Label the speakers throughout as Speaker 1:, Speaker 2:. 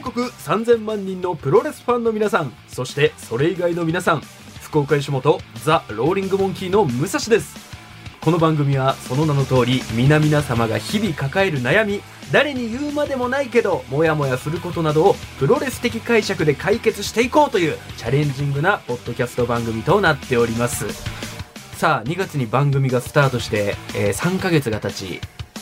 Speaker 1: 3000万人のプロレスファンの皆さんそしてそれ以外の皆さん福岡吉本ザ・ローリング・モンキーの武蔵ですこの番組はその名の通り皆々様が日々抱える悩み誰に言うまでもないけどモヤモヤすることなどをプロレス的解釈で解決していこうというチャレンジングなポッドキャスト番組となっておりますさあ2月に番組がスタートして、えー3ヶ月が経ち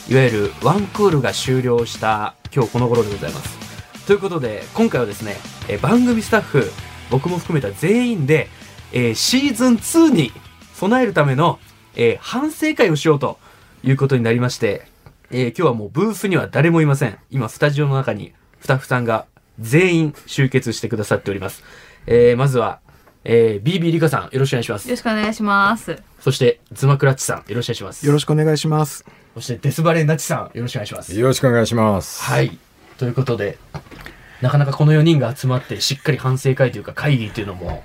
Speaker 1: いわゆるワンクールが終了した今日この頃でございますということで今回はですね、えー番組スタッフ僕も含めた全員で、えーシーズン2に備えるための、えー反省会をしようということになりまして、えー今日はもうブースには誰もいません今スタジオの中にスタッフさんが全員集結してくださっております、えーまずは、えー、BB リカさんよろしくお願いします
Speaker 2: よろしくお願いします。
Speaker 1: そして、ズマクラッチさん、よろしくお願いします。
Speaker 3: よろしくお願いします。
Speaker 1: そして、デスバレーナッチさん、よろしくお願いします。
Speaker 4: よろしくお願いします。
Speaker 1: はい。ということで、なかなかこの4人が集まって、しっかり反省会というか、会議というのも、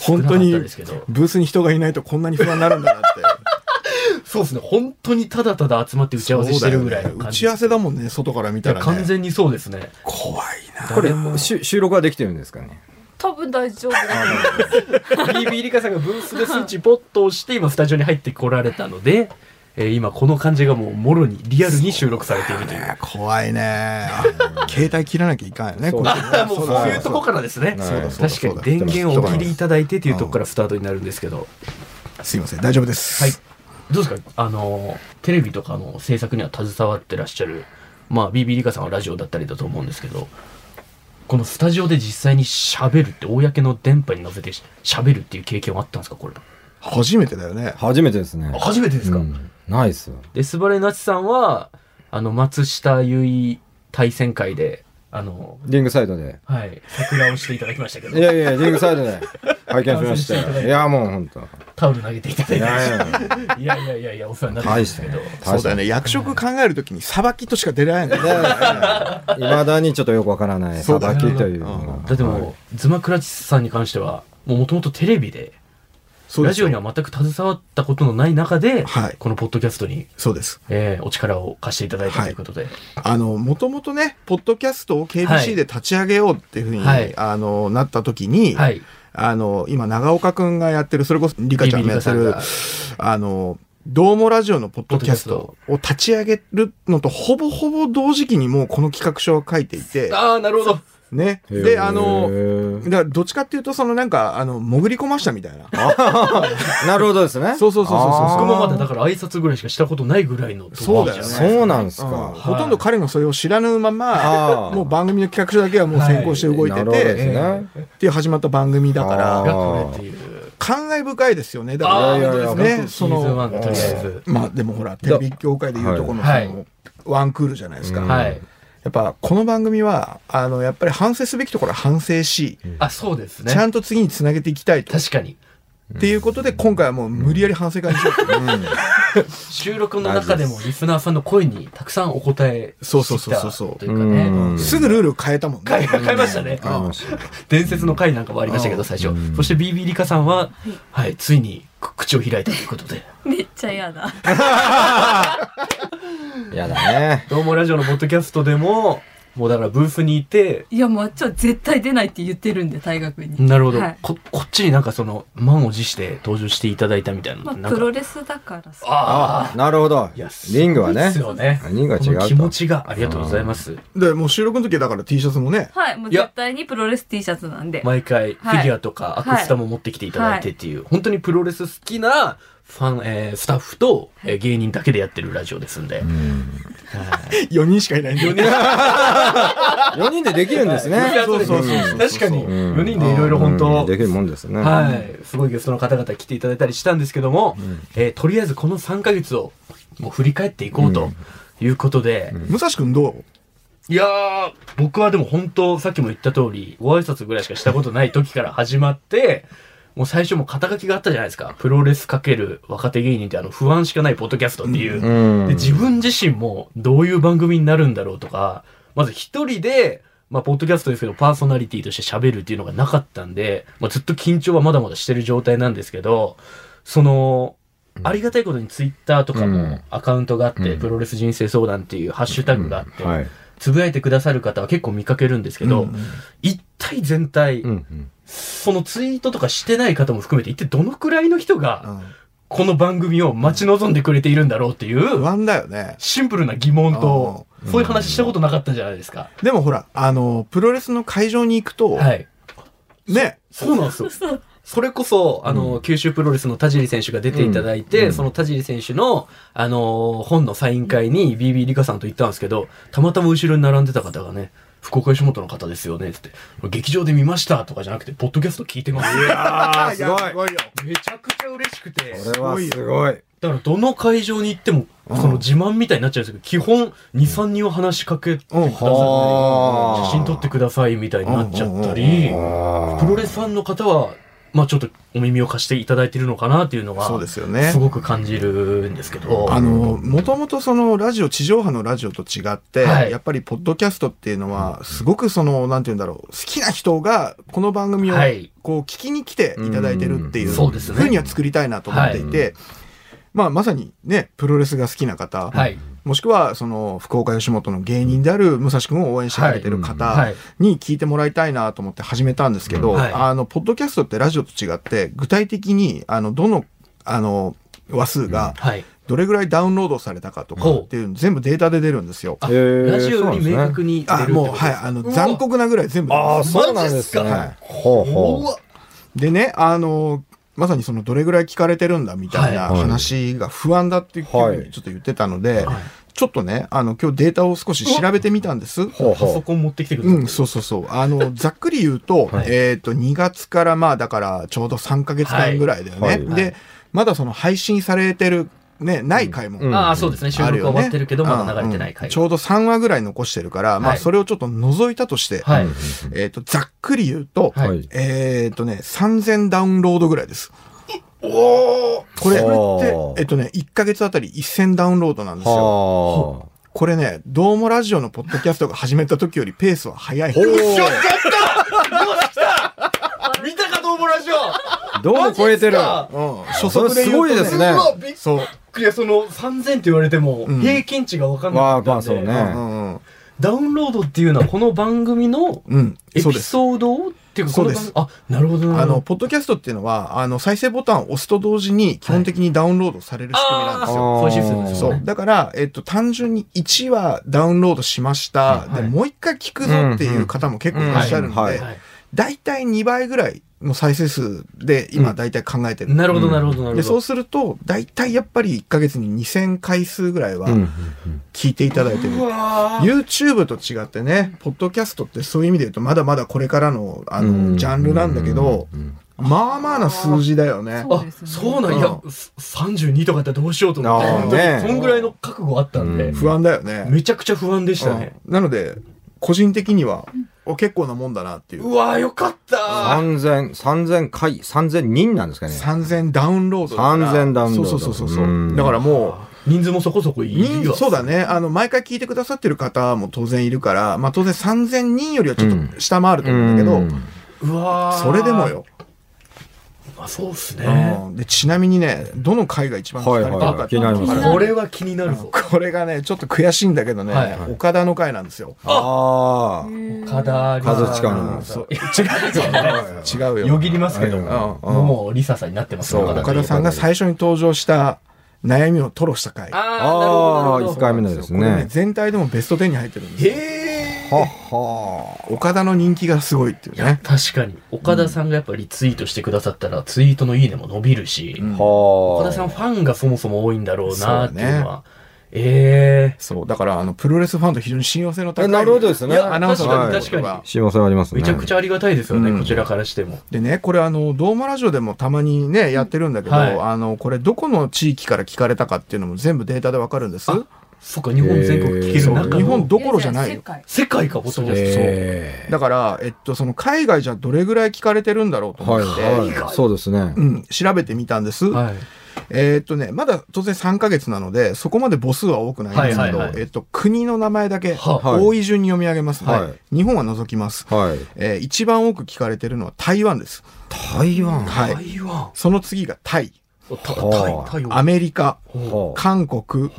Speaker 3: 本当
Speaker 1: 少なかっ
Speaker 3: に
Speaker 1: たですけど、
Speaker 3: ブースに人がいないとこんなに不安になるんだなって。
Speaker 1: そうですね、本当にただただ集まって打ち合わせしてるぐらいの
Speaker 3: そうだよね
Speaker 1: 感
Speaker 3: 打
Speaker 1: じ
Speaker 3: ち合
Speaker 1: で
Speaker 3: わ
Speaker 1: す。
Speaker 3: せだもんね、外から見たら、
Speaker 1: い
Speaker 3: ね。
Speaker 1: や完全にそうですね。
Speaker 3: 怖いな。
Speaker 4: これ、しゅ収録はできてるんですかね。
Speaker 2: 多分大丈夫だと思います
Speaker 1: BB リカさんがブースでスイッチポッと押して、今、スタジオに入ってこられたので、えー今、この感じがもう、もろに、リアルに収録されているという。
Speaker 3: ね怖いね。携帯切らなきゃいかんよね。
Speaker 4: そう
Speaker 3: これね
Speaker 1: あもうそういうとこからですね。
Speaker 4: そうだ
Speaker 3: そうだ
Speaker 1: 確かに電源をお切りいただいてというとこからスタートになるんですけど、
Speaker 3: すいません、大丈夫です。
Speaker 1: はい。どうですかあの、テレビとかの制作には携わってらっしゃる、まあ、BB リカさんはラジオだったりだと思うんですけど、このスタジオで実際に喋るって、公の電波に乗せて喋るっていう経験はあったんですかこれ。
Speaker 3: 初めてだよね。
Speaker 4: 初めてですね。
Speaker 1: 初めてで
Speaker 4: うんないっすよ。
Speaker 1: で、スバレナチさんは、あの、松下優衣対戦会で、あの、
Speaker 4: リングサイドで。
Speaker 1: はい、桜をしていただきましたけ
Speaker 4: い
Speaker 1: ど、
Speaker 4: やいや、リングサイドで。拝見し ましたよ。いや、もう本当。
Speaker 1: タオル投げていただ
Speaker 4: い
Speaker 1: いて。
Speaker 4: やいや、
Speaker 1: いやいやいやいや、お世話になってま
Speaker 4: 大
Speaker 1: し
Speaker 4: したた
Speaker 1: け
Speaker 4: ね
Speaker 1: ど。。
Speaker 3: そうだよ
Speaker 4: ね。
Speaker 3: ね。役職考えるときに、さばきとしか出られないんだよね。
Speaker 4: いまだにちょっとよくわからない。
Speaker 3: そ
Speaker 4: さ
Speaker 3: うだ
Speaker 4: ば
Speaker 3: ね
Speaker 4: きというの
Speaker 1: だ
Speaker 4: が。
Speaker 1: ってもう、ズマクラチスさんに関しては、もともとテレビで、
Speaker 3: そうで
Speaker 1: ラ
Speaker 3: す
Speaker 1: ジオには全く携わったことのない中で、
Speaker 3: はい
Speaker 1: このポッドキャストに、
Speaker 3: そうです。
Speaker 1: えーお力を貸していただいたということで、
Speaker 3: あの、もともとね、ポッドキャストを KBC で立ち上げようっていうふうに、
Speaker 1: はい
Speaker 3: あの、なったときに、
Speaker 1: はい
Speaker 3: あの、今、長岡くんがやってる、それこそ、リカちゃんもやって
Speaker 1: リリ
Speaker 3: る
Speaker 1: カ、
Speaker 3: あの、どうもラジオのポッドキャストを立ち上げるのと、ほぼほぼ同時期にもうこの企画書を書いていて、
Speaker 1: ああ、なるほど。
Speaker 3: ね。
Speaker 4: へー
Speaker 3: で、あの、だからどっちかっていうと、そのなんか、あの、潜り込ましたみたいな。
Speaker 4: なるほどですね。
Speaker 3: そうそうそうそうそう
Speaker 4: あー
Speaker 1: 僕もまだだから挨拶ぐらいしかしたことないぐらいの。
Speaker 3: そうだよね
Speaker 4: そうなんです
Speaker 3: うん
Speaker 4: か。
Speaker 3: ほとんど彼のそれを知らぬまま
Speaker 4: あ、ー
Speaker 3: もう番組の企画書だけはもう先行して動いて
Speaker 4: なるほどです
Speaker 3: て、
Speaker 4: ね。
Speaker 3: っていう始まった番組だか
Speaker 4: あ
Speaker 3: ら
Speaker 4: ー、
Speaker 1: がこれっていう。
Speaker 3: 感慨深いですよね。だ
Speaker 1: ああ、
Speaker 3: か
Speaker 4: い
Speaker 1: 本
Speaker 4: や
Speaker 1: 当
Speaker 4: い
Speaker 1: で
Speaker 4: や
Speaker 1: す
Speaker 3: ら、
Speaker 1: ね。
Speaker 3: ね、
Speaker 1: シ
Speaker 3: そ
Speaker 1: ーズン
Speaker 3: の、
Speaker 1: 1がとりあえず。
Speaker 3: まあでもほら、テレビ業界でいうとこの、
Speaker 1: はい
Speaker 3: そのワンクールじゃないですか。
Speaker 4: うん
Speaker 1: はい。
Speaker 3: やっぱこの番組はあのやっぱり反省すべきところは反省し、
Speaker 1: あ、そうですね
Speaker 3: ち。ゃんと次につなげていきたいと
Speaker 1: 確かに。
Speaker 3: っていうことで今回はもう無理やり反省会にしようと、
Speaker 1: 収録の中でもリスナーさんの声にたくさんお答え
Speaker 3: そう
Speaker 1: し
Speaker 3: そう
Speaker 1: てき
Speaker 3: そう
Speaker 1: た
Speaker 3: そうそう
Speaker 1: というかね。
Speaker 4: う ん
Speaker 3: すぐルール変えたもん
Speaker 1: 変え
Speaker 3: ね。
Speaker 1: 変えましたね。
Speaker 4: わかりました
Speaker 1: 伝説の回なんかもありましたけど、最初。そして BB リカさんは、はい、ついにく口を開いたということで。
Speaker 2: めっちゃ嫌だ。
Speaker 4: やだね。
Speaker 1: どうもラジオのポッドキャストでも、もうだからブースにいて、
Speaker 2: いや、もう、ちょ、絶対出ないって言ってるんで、大学に。
Speaker 1: なるほど、
Speaker 2: はい
Speaker 1: こ、こっちになんかその、満を持して登場していただいたみたいな。
Speaker 2: まあ、
Speaker 1: なんか
Speaker 2: プロレスだからさ。
Speaker 1: ああ、
Speaker 4: なるほど
Speaker 1: いや。すごい
Speaker 4: リングは
Speaker 1: で
Speaker 4: ね
Speaker 1: す。よね。
Speaker 4: リングは
Speaker 1: こ
Speaker 4: 違う
Speaker 1: の
Speaker 4: と。
Speaker 1: 気持ちが、ありがとうございます。
Speaker 3: でもう収録の時はだから T シャツもね、
Speaker 2: はい、もう
Speaker 1: いや
Speaker 2: 絶対にプロレス T シャツなんで。
Speaker 1: 毎回フ
Speaker 2: はい
Speaker 1: ィギュアとかアクスタも持ってきていただいてっていう、本当にプロレス好きなファン、えースタッフと、えー芸人だけでやってるラジオですんで、
Speaker 3: 4人しかいないんで、
Speaker 4: 4人でできるんですね。
Speaker 1: そうそうそう
Speaker 4: うん
Speaker 1: 確かに
Speaker 4: うん
Speaker 1: 4人でいろいろ本
Speaker 4: う
Speaker 1: 当
Speaker 4: んできるもんですね。
Speaker 1: はいすごいゲストの方々来ていただいたりしたんですけども、えーとりあえずこの3ヶ月をもう振り返っていこうということで、
Speaker 3: 武蔵君どう
Speaker 1: いやー、僕はでも本当、さっきも言った通り、ご挨拶ぐらいしかしたことない時から始まって、もう最初もう肩書きがあったじゃないですか。プロレスかける若手芸人ってあの不安しかないポッドキャストっていう。
Speaker 4: うん
Speaker 1: で、自分自身もどういう番組になるんだろうとか、まず一人で、まあ、ポッドキャストですけど、パーソナリティとして喋るっていうのがなかったんで、まあ、ずっと緊張はまだまだしてる状態なんですけど、その、ありがたいことにツイッターとか
Speaker 4: う
Speaker 1: も
Speaker 4: ん
Speaker 1: アカウントがあって、
Speaker 4: うん
Speaker 1: プロレス人生相談っていうハッシュタグがあって、
Speaker 4: はい。
Speaker 1: つぶやいてくださる方は結構見かけるんですけど、
Speaker 3: うん
Speaker 1: 一体全体、
Speaker 4: うんうん
Speaker 1: そのツイートとかしてない方も含めて、一体どのくらいの人
Speaker 3: う
Speaker 1: が、
Speaker 3: ん
Speaker 1: この番組を待ち望んでくれているんだろうっていう、
Speaker 3: 不安だよね。
Speaker 1: シンプルな疑問と、
Speaker 4: うん
Speaker 1: そういう話したことなかったじゃないですか。
Speaker 3: でもほら、あの、プロレスの会場に行くと、
Speaker 1: はい。
Speaker 3: ね、
Speaker 1: そうなんですよ。
Speaker 2: そう
Speaker 1: それこそ、あの、九州プロレスの田尻選手が出ていただいて、
Speaker 4: うん
Speaker 1: その田尻選手の、あのー本のサイン会に BB リカさんと行ったんですけど、たまたま後ろに並んでた方がね、福岡吉本の方ですよね、つって、劇場で見ましたとかじゃなくて、ポッドキャスト聞いてます。
Speaker 4: あーすごい
Speaker 3: やごいよ。
Speaker 1: めちゃくちゃ嬉しくて、
Speaker 4: これはすごい。
Speaker 1: だからどの会場に行っても、その自慢みたいになっちゃうんですけど、基本、2、3人は話しかけてくださったり、
Speaker 4: はあ
Speaker 1: 写真撮ってくださいみたいになっちゃったり、
Speaker 4: あー
Speaker 1: プロレスファンの方は、まあちょっとお耳を貸していただいてるのかなっていうのが、
Speaker 3: そうですよね
Speaker 1: す。ごく感じるんですけど。
Speaker 3: あの、もともとそのラジオ、地上波のラジオと違って、
Speaker 1: はい
Speaker 3: やっぱりポッドキャストっていうのは、すごくその、なんて言うんだろう、好きな人がこの番組を
Speaker 1: はい、
Speaker 3: こう、聞きに来ていただいてるっていう、
Speaker 4: うん
Speaker 1: そうですね
Speaker 3: ふうには作りたいなと思っていて、まあ、まさにね、プロレスが好きな方、
Speaker 1: はい。
Speaker 3: もしくは、その、福岡吉本の芸人である武蔵君を応援してくれてる
Speaker 1: は
Speaker 3: 方
Speaker 1: い。
Speaker 3: に聞いてもらいたいなと思って始めたんですけど、
Speaker 1: うんはい
Speaker 3: あの、ポッドキャストってラジオと違って、具体的に、あの、どの、あの、話数が、
Speaker 1: はい。
Speaker 3: どれぐらいダウンロードされたかとか
Speaker 1: ほう
Speaker 3: っていうの全部データで出るんですよ。
Speaker 1: あ
Speaker 4: へー
Speaker 1: ラジオより明確に出る
Speaker 3: あ
Speaker 1: って
Speaker 3: もう
Speaker 1: こと
Speaker 3: はいあの残酷なぐらい全部出
Speaker 4: あ
Speaker 3: ま
Speaker 4: あ、
Speaker 3: す
Speaker 4: そうなんです
Speaker 1: マジ
Speaker 4: ね。ほう
Speaker 1: う
Speaker 4: ほ
Speaker 1: わ
Speaker 3: でねあのまさにそのどれぐらい聞かれてるんだみたいな
Speaker 4: はい
Speaker 3: 話が不安だっていうふ
Speaker 4: は
Speaker 3: うに
Speaker 4: い
Speaker 3: ちょっと言ってたので、
Speaker 1: はい
Speaker 3: ちょっとねあの今日データを少し調べてみたんです。
Speaker 4: う。ほう
Speaker 1: パソ
Speaker 4: ほ
Speaker 1: コン持ってきてください。
Speaker 3: うん、そうそうそう。あの、ざっくり言うと、
Speaker 1: はい
Speaker 3: えっ、と、2月からまあ、だから、ちょうど3ヶ月間ぐらいだよね。
Speaker 4: はいはい
Speaker 3: で、まだその配信されてる、ね、ない回も
Speaker 4: うん
Speaker 1: ああ、そうですね。収
Speaker 3: ある
Speaker 1: 録は
Speaker 3: よね
Speaker 1: 終わってるけど、まだ流れてない
Speaker 3: うんう
Speaker 1: 回
Speaker 3: んち。ょうど3話ぐらい残してるから、ま
Speaker 1: は
Speaker 3: あ
Speaker 1: い
Speaker 3: それをちょっと除いたとして、
Speaker 1: はい。
Speaker 3: えっ、と、ざっくり言うと、
Speaker 4: う。
Speaker 1: はい
Speaker 4: はい。
Speaker 3: えっ、とね、3000ダウンロードぐらいです。
Speaker 1: おお
Speaker 3: これ、
Speaker 4: おー
Speaker 3: ってえっ、とね、1ヶ月あたり1000ダウンロードなんですよ。
Speaker 4: はあ。
Speaker 3: これね、どうもラジオのポッドキャストが始めた時よりペースは早い。
Speaker 1: 見たかどうもラジオ
Speaker 4: どうも超えてる。
Speaker 3: うん、初速で言うと、ね、
Speaker 4: それすごいですねうわ
Speaker 1: びっ
Speaker 3: そう。
Speaker 1: くりその3000って言われても
Speaker 3: うん
Speaker 1: 平均値が分かんな
Speaker 4: ま
Speaker 1: か
Speaker 4: あ
Speaker 1: った
Speaker 4: まあ
Speaker 1: んで、
Speaker 4: そう
Speaker 3: う
Speaker 4: ね。
Speaker 3: んうん
Speaker 1: ダウンロードっていうのはこの番組の
Speaker 3: うん、
Speaker 1: エ
Speaker 3: そう
Speaker 1: ピ
Speaker 3: です。
Speaker 1: ソードをっていうかこの番
Speaker 3: そうです
Speaker 1: あなるほどな
Speaker 3: あ
Speaker 1: るほ
Speaker 3: の、
Speaker 1: ど
Speaker 3: ポッドキャストっていうのは、あの、再生ボタンを押すと同時に基本的にダウンロードされる仕組みなんですよ。
Speaker 4: あー
Speaker 1: そういうシステムです
Speaker 3: そ
Speaker 1: よ
Speaker 3: う。
Speaker 1: ね
Speaker 3: だから、えっと、単純に1話ダウンロードしました。
Speaker 1: はい
Speaker 3: で、もう一回聞くぞっていう方も結構いらっしゃる
Speaker 4: うん
Speaker 3: の
Speaker 4: うん
Speaker 3: で
Speaker 4: う、
Speaker 1: はい
Speaker 3: 大体2倍ぐらいの再生数で今大体考えてる。
Speaker 1: なるほどなるほどなる
Speaker 3: で、
Speaker 1: ほ
Speaker 3: そう
Speaker 1: ど
Speaker 3: すると、大体やっぱり1ヶ月に2000回数ぐらいは
Speaker 4: うん
Speaker 3: 聞いていただいてる。
Speaker 1: うわー
Speaker 3: YouTube と違ってね、ポッドキャストってそういう意味で言うと、まだまだこれからの、あ
Speaker 4: うん
Speaker 3: の、ジャンルなんだけど、
Speaker 4: うん
Speaker 3: まあまあな数字だよね。
Speaker 2: そう
Speaker 1: あ
Speaker 2: ですね
Speaker 1: そうなんいやす32とかだったらどうしようと思って
Speaker 4: あー
Speaker 1: 本当
Speaker 4: ね
Speaker 1: にそんぐらいの覚悟あったんで
Speaker 4: うん
Speaker 3: 不安だよね。
Speaker 1: めちゃくちゃ不安でしたね
Speaker 3: うんなので、個人的には、お結構なもんだなっていう。
Speaker 1: うわーよかったー
Speaker 4: 3000、3000回、3000人なんですかね。
Speaker 3: 3000ダウンロードだから。
Speaker 4: 3000ダウンロード
Speaker 3: そうそうそうそう。
Speaker 4: うん
Speaker 3: だからも、
Speaker 1: 人数もそこそこいうい
Speaker 3: 人数そうだね。あの、毎回聞いてくださってる方も当然いるから、まあ当然3000人よりはちょっと下回ると思うんだけど、
Speaker 4: うん
Speaker 1: うわー
Speaker 3: それでもよ、
Speaker 1: まあそうっすね
Speaker 3: うんで。ちなみにね、どの回が一番聞かれてる
Speaker 4: はい
Speaker 3: か
Speaker 4: はい
Speaker 3: っていうと
Speaker 4: 気になります
Speaker 1: これは気になるぞ
Speaker 3: これがね、ちょっと悔しいんだけどね、
Speaker 1: はいは
Speaker 3: 岡田の回なんですよ。
Speaker 4: ああ。
Speaker 1: 岡田
Speaker 4: 和親
Speaker 1: の
Speaker 4: の
Speaker 1: そう
Speaker 3: 違うよ。
Speaker 1: よぎりますけど
Speaker 4: うん
Speaker 1: ももうリサさんになってます
Speaker 3: そう
Speaker 1: 岡田
Speaker 3: 岡田さんが最初に登場した悩みを吐露した回。
Speaker 1: あーなるほど
Speaker 4: あ
Speaker 1: な
Speaker 4: あ
Speaker 1: る
Speaker 4: ー、
Speaker 1: ほ
Speaker 4: 1
Speaker 1: ど
Speaker 4: 回目のです
Speaker 3: これね
Speaker 4: ね。
Speaker 3: 全体でもベスト10に入ってるんですよ。
Speaker 1: へ
Speaker 4: は
Speaker 1: え
Speaker 4: は
Speaker 3: 岡田の人気がすごいっていうね。
Speaker 1: 確かに岡田さんがやっぱリツイートしてくださったらツイートのいいねも伸びるし
Speaker 3: うん
Speaker 4: は
Speaker 1: 岡田さんファンがそもそも多いんだろうなっていうのはええ
Speaker 3: そう、だから、あの、プロレスファンと非常に信用性の高い。
Speaker 4: えなるほどですね
Speaker 3: いやアナウンサー
Speaker 4: 確かに
Speaker 3: はい
Speaker 1: 確かに
Speaker 3: はい
Speaker 4: 幸せありますね。
Speaker 1: めちゃくちゃありがたいですよね
Speaker 3: うん
Speaker 1: こちらからしても
Speaker 3: でね、これあの、ドーマラジオでもたまにね、やってるんだけど、
Speaker 1: はい
Speaker 3: あの、これどこの地域から聞かれたかっていうのも全部データでわかるんです。
Speaker 1: あそっか日本全国聞ける
Speaker 4: そう
Speaker 1: 中の
Speaker 3: 日本どころじゃないよ
Speaker 2: 世。界
Speaker 1: 世界かほとんど
Speaker 4: へ
Speaker 3: だから、えっと、その海外じゃどれぐらい聞かれてるんだろうと
Speaker 4: ー
Speaker 3: 思
Speaker 4: はい
Speaker 3: って、
Speaker 4: はい。そうですね。
Speaker 3: うん、調べてみたんです。
Speaker 1: はい
Speaker 3: えーっとね、まだ当然3ヶ月なので、そこまで母数は多くないんですけど、
Speaker 1: はいはいはい
Speaker 3: えっと、国の名前だけ、
Speaker 1: は
Speaker 4: はい
Speaker 3: 多い順に読み上げますね、
Speaker 4: は
Speaker 3: 日本は除きます。
Speaker 4: はい。
Speaker 3: えー一番多く聞かれてるのは台湾です。
Speaker 4: 台湾は
Speaker 3: はい。
Speaker 1: 台湾
Speaker 3: その次がタイ、
Speaker 1: タイ
Speaker 4: はあ
Speaker 1: タイ
Speaker 3: アメリカ、
Speaker 1: ほう
Speaker 4: あ
Speaker 3: 韓国、
Speaker 4: は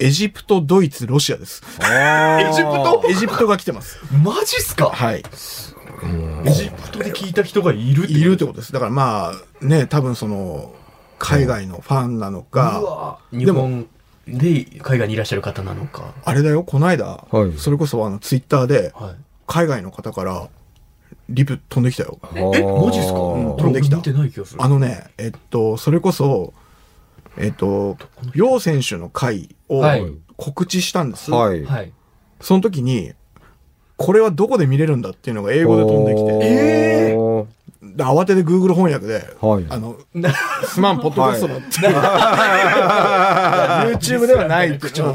Speaker 3: エジプト、ドイツ、ロシアです。
Speaker 4: あー
Speaker 1: エジプト
Speaker 3: エジプトが来てます。
Speaker 1: マジっすか
Speaker 3: はい。
Speaker 1: エジプトで聞いた人がいるって
Speaker 3: いるってことです。だからまあ、ね、多分その、海外のファンなの
Speaker 1: う
Speaker 3: か、
Speaker 1: わ
Speaker 3: で
Speaker 1: 日
Speaker 3: も
Speaker 1: 本で海外にいらっしゃる方なのか
Speaker 3: あれだよ、この間、
Speaker 4: はい
Speaker 3: それこそあの、ツイッターで、
Speaker 1: はい
Speaker 3: 海外の方から、リプ飛んできたよ。
Speaker 1: えマジっすか
Speaker 3: ん
Speaker 1: こ
Speaker 3: 飛んで
Speaker 1: れ
Speaker 3: きた
Speaker 1: 見てない気がする
Speaker 3: あのね、えっと、それこそ、えっと、楊選手の回を
Speaker 1: はい
Speaker 3: 告知したんです。
Speaker 4: はい。
Speaker 1: はい
Speaker 3: その時に、これはどこで見れるんだっていうのが英語で飛んできて、
Speaker 1: え
Speaker 4: ー
Speaker 3: で慌てて Google 翻訳で、
Speaker 4: はい
Speaker 3: あの、
Speaker 1: な
Speaker 3: すまん、ポッドキャストだって、YouTube ではない口 調。
Speaker 1: まあ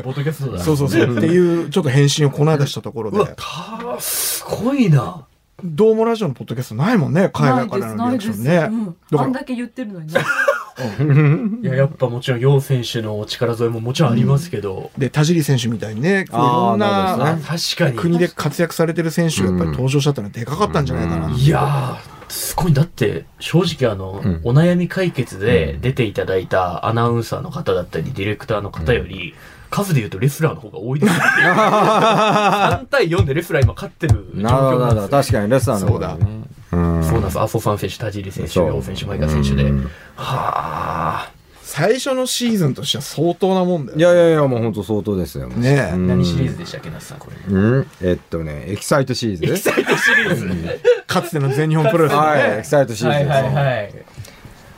Speaker 1: ポッドキャストだ
Speaker 3: そうそうそう。っていう、ちょっと返信をこの間したところ
Speaker 1: うわ
Speaker 3: で、
Speaker 1: たーすごいな
Speaker 3: どうもラジオのポッドキャストないもんね、海外からのリアクションね。
Speaker 2: ないですないですうん、
Speaker 3: だか
Speaker 2: あ
Speaker 3: ら
Speaker 2: んだけ言ってるのにね。
Speaker 1: いややっぱもちろん楊選手のお力添えももちろんありますけど、
Speaker 3: で、田尻選手みたいにね、こういろん
Speaker 4: あーなるほど
Speaker 3: な
Speaker 4: で
Speaker 1: 確か
Speaker 3: 国
Speaker 1: に
Speaker 3: で活躍されてる選手がやっぱり登場したってのはでかかったんじゃないかな。
Speaker 4: うん
Speaker 1: いやーすごいだって正直あの、
Speaker 4: うん
Speaker 1: お悩み解決で出ていただいたアナウンサーの方だったりディレクターの方より、数で言うとレスラーの方が多いです よね3対4でレスラー今勝ってる状
Speaker 4: なるほど
Speaker 1: 況な
Speaker 4: な
Speaker 1: ん
Speaker 4: るほ
Speaker 1: で
Speaker 4: ど。
Speaker 1: すよ
Speaker 4: 確かにレスラーの方だね。うん
Speaker 1: そうなんです麻生さん選手田尻選手
Speaker 4: そう
Speaker 1: 楊選手前川選手で、
Speaker 4: うん
Speaker 1: はあ
Speaker 3: 最初のシーズンとしては相当なもんだよ。
Speaker 4: いやいやいや、もう本当相当ですよ。もう
Speaker 3: ねえ
Speaker 4: うん
Speaker 1: 何シリーズでしたっけ那須さんこれ
Speaker 4: うんえっとね、エキサイトシリーズ。
Speaker 1: エキサイトシリーズ
Speaker 3: かつての全日本プロレス。
Speaker 4: はい、エキサイトシリーズですね。
Speaker 1: はい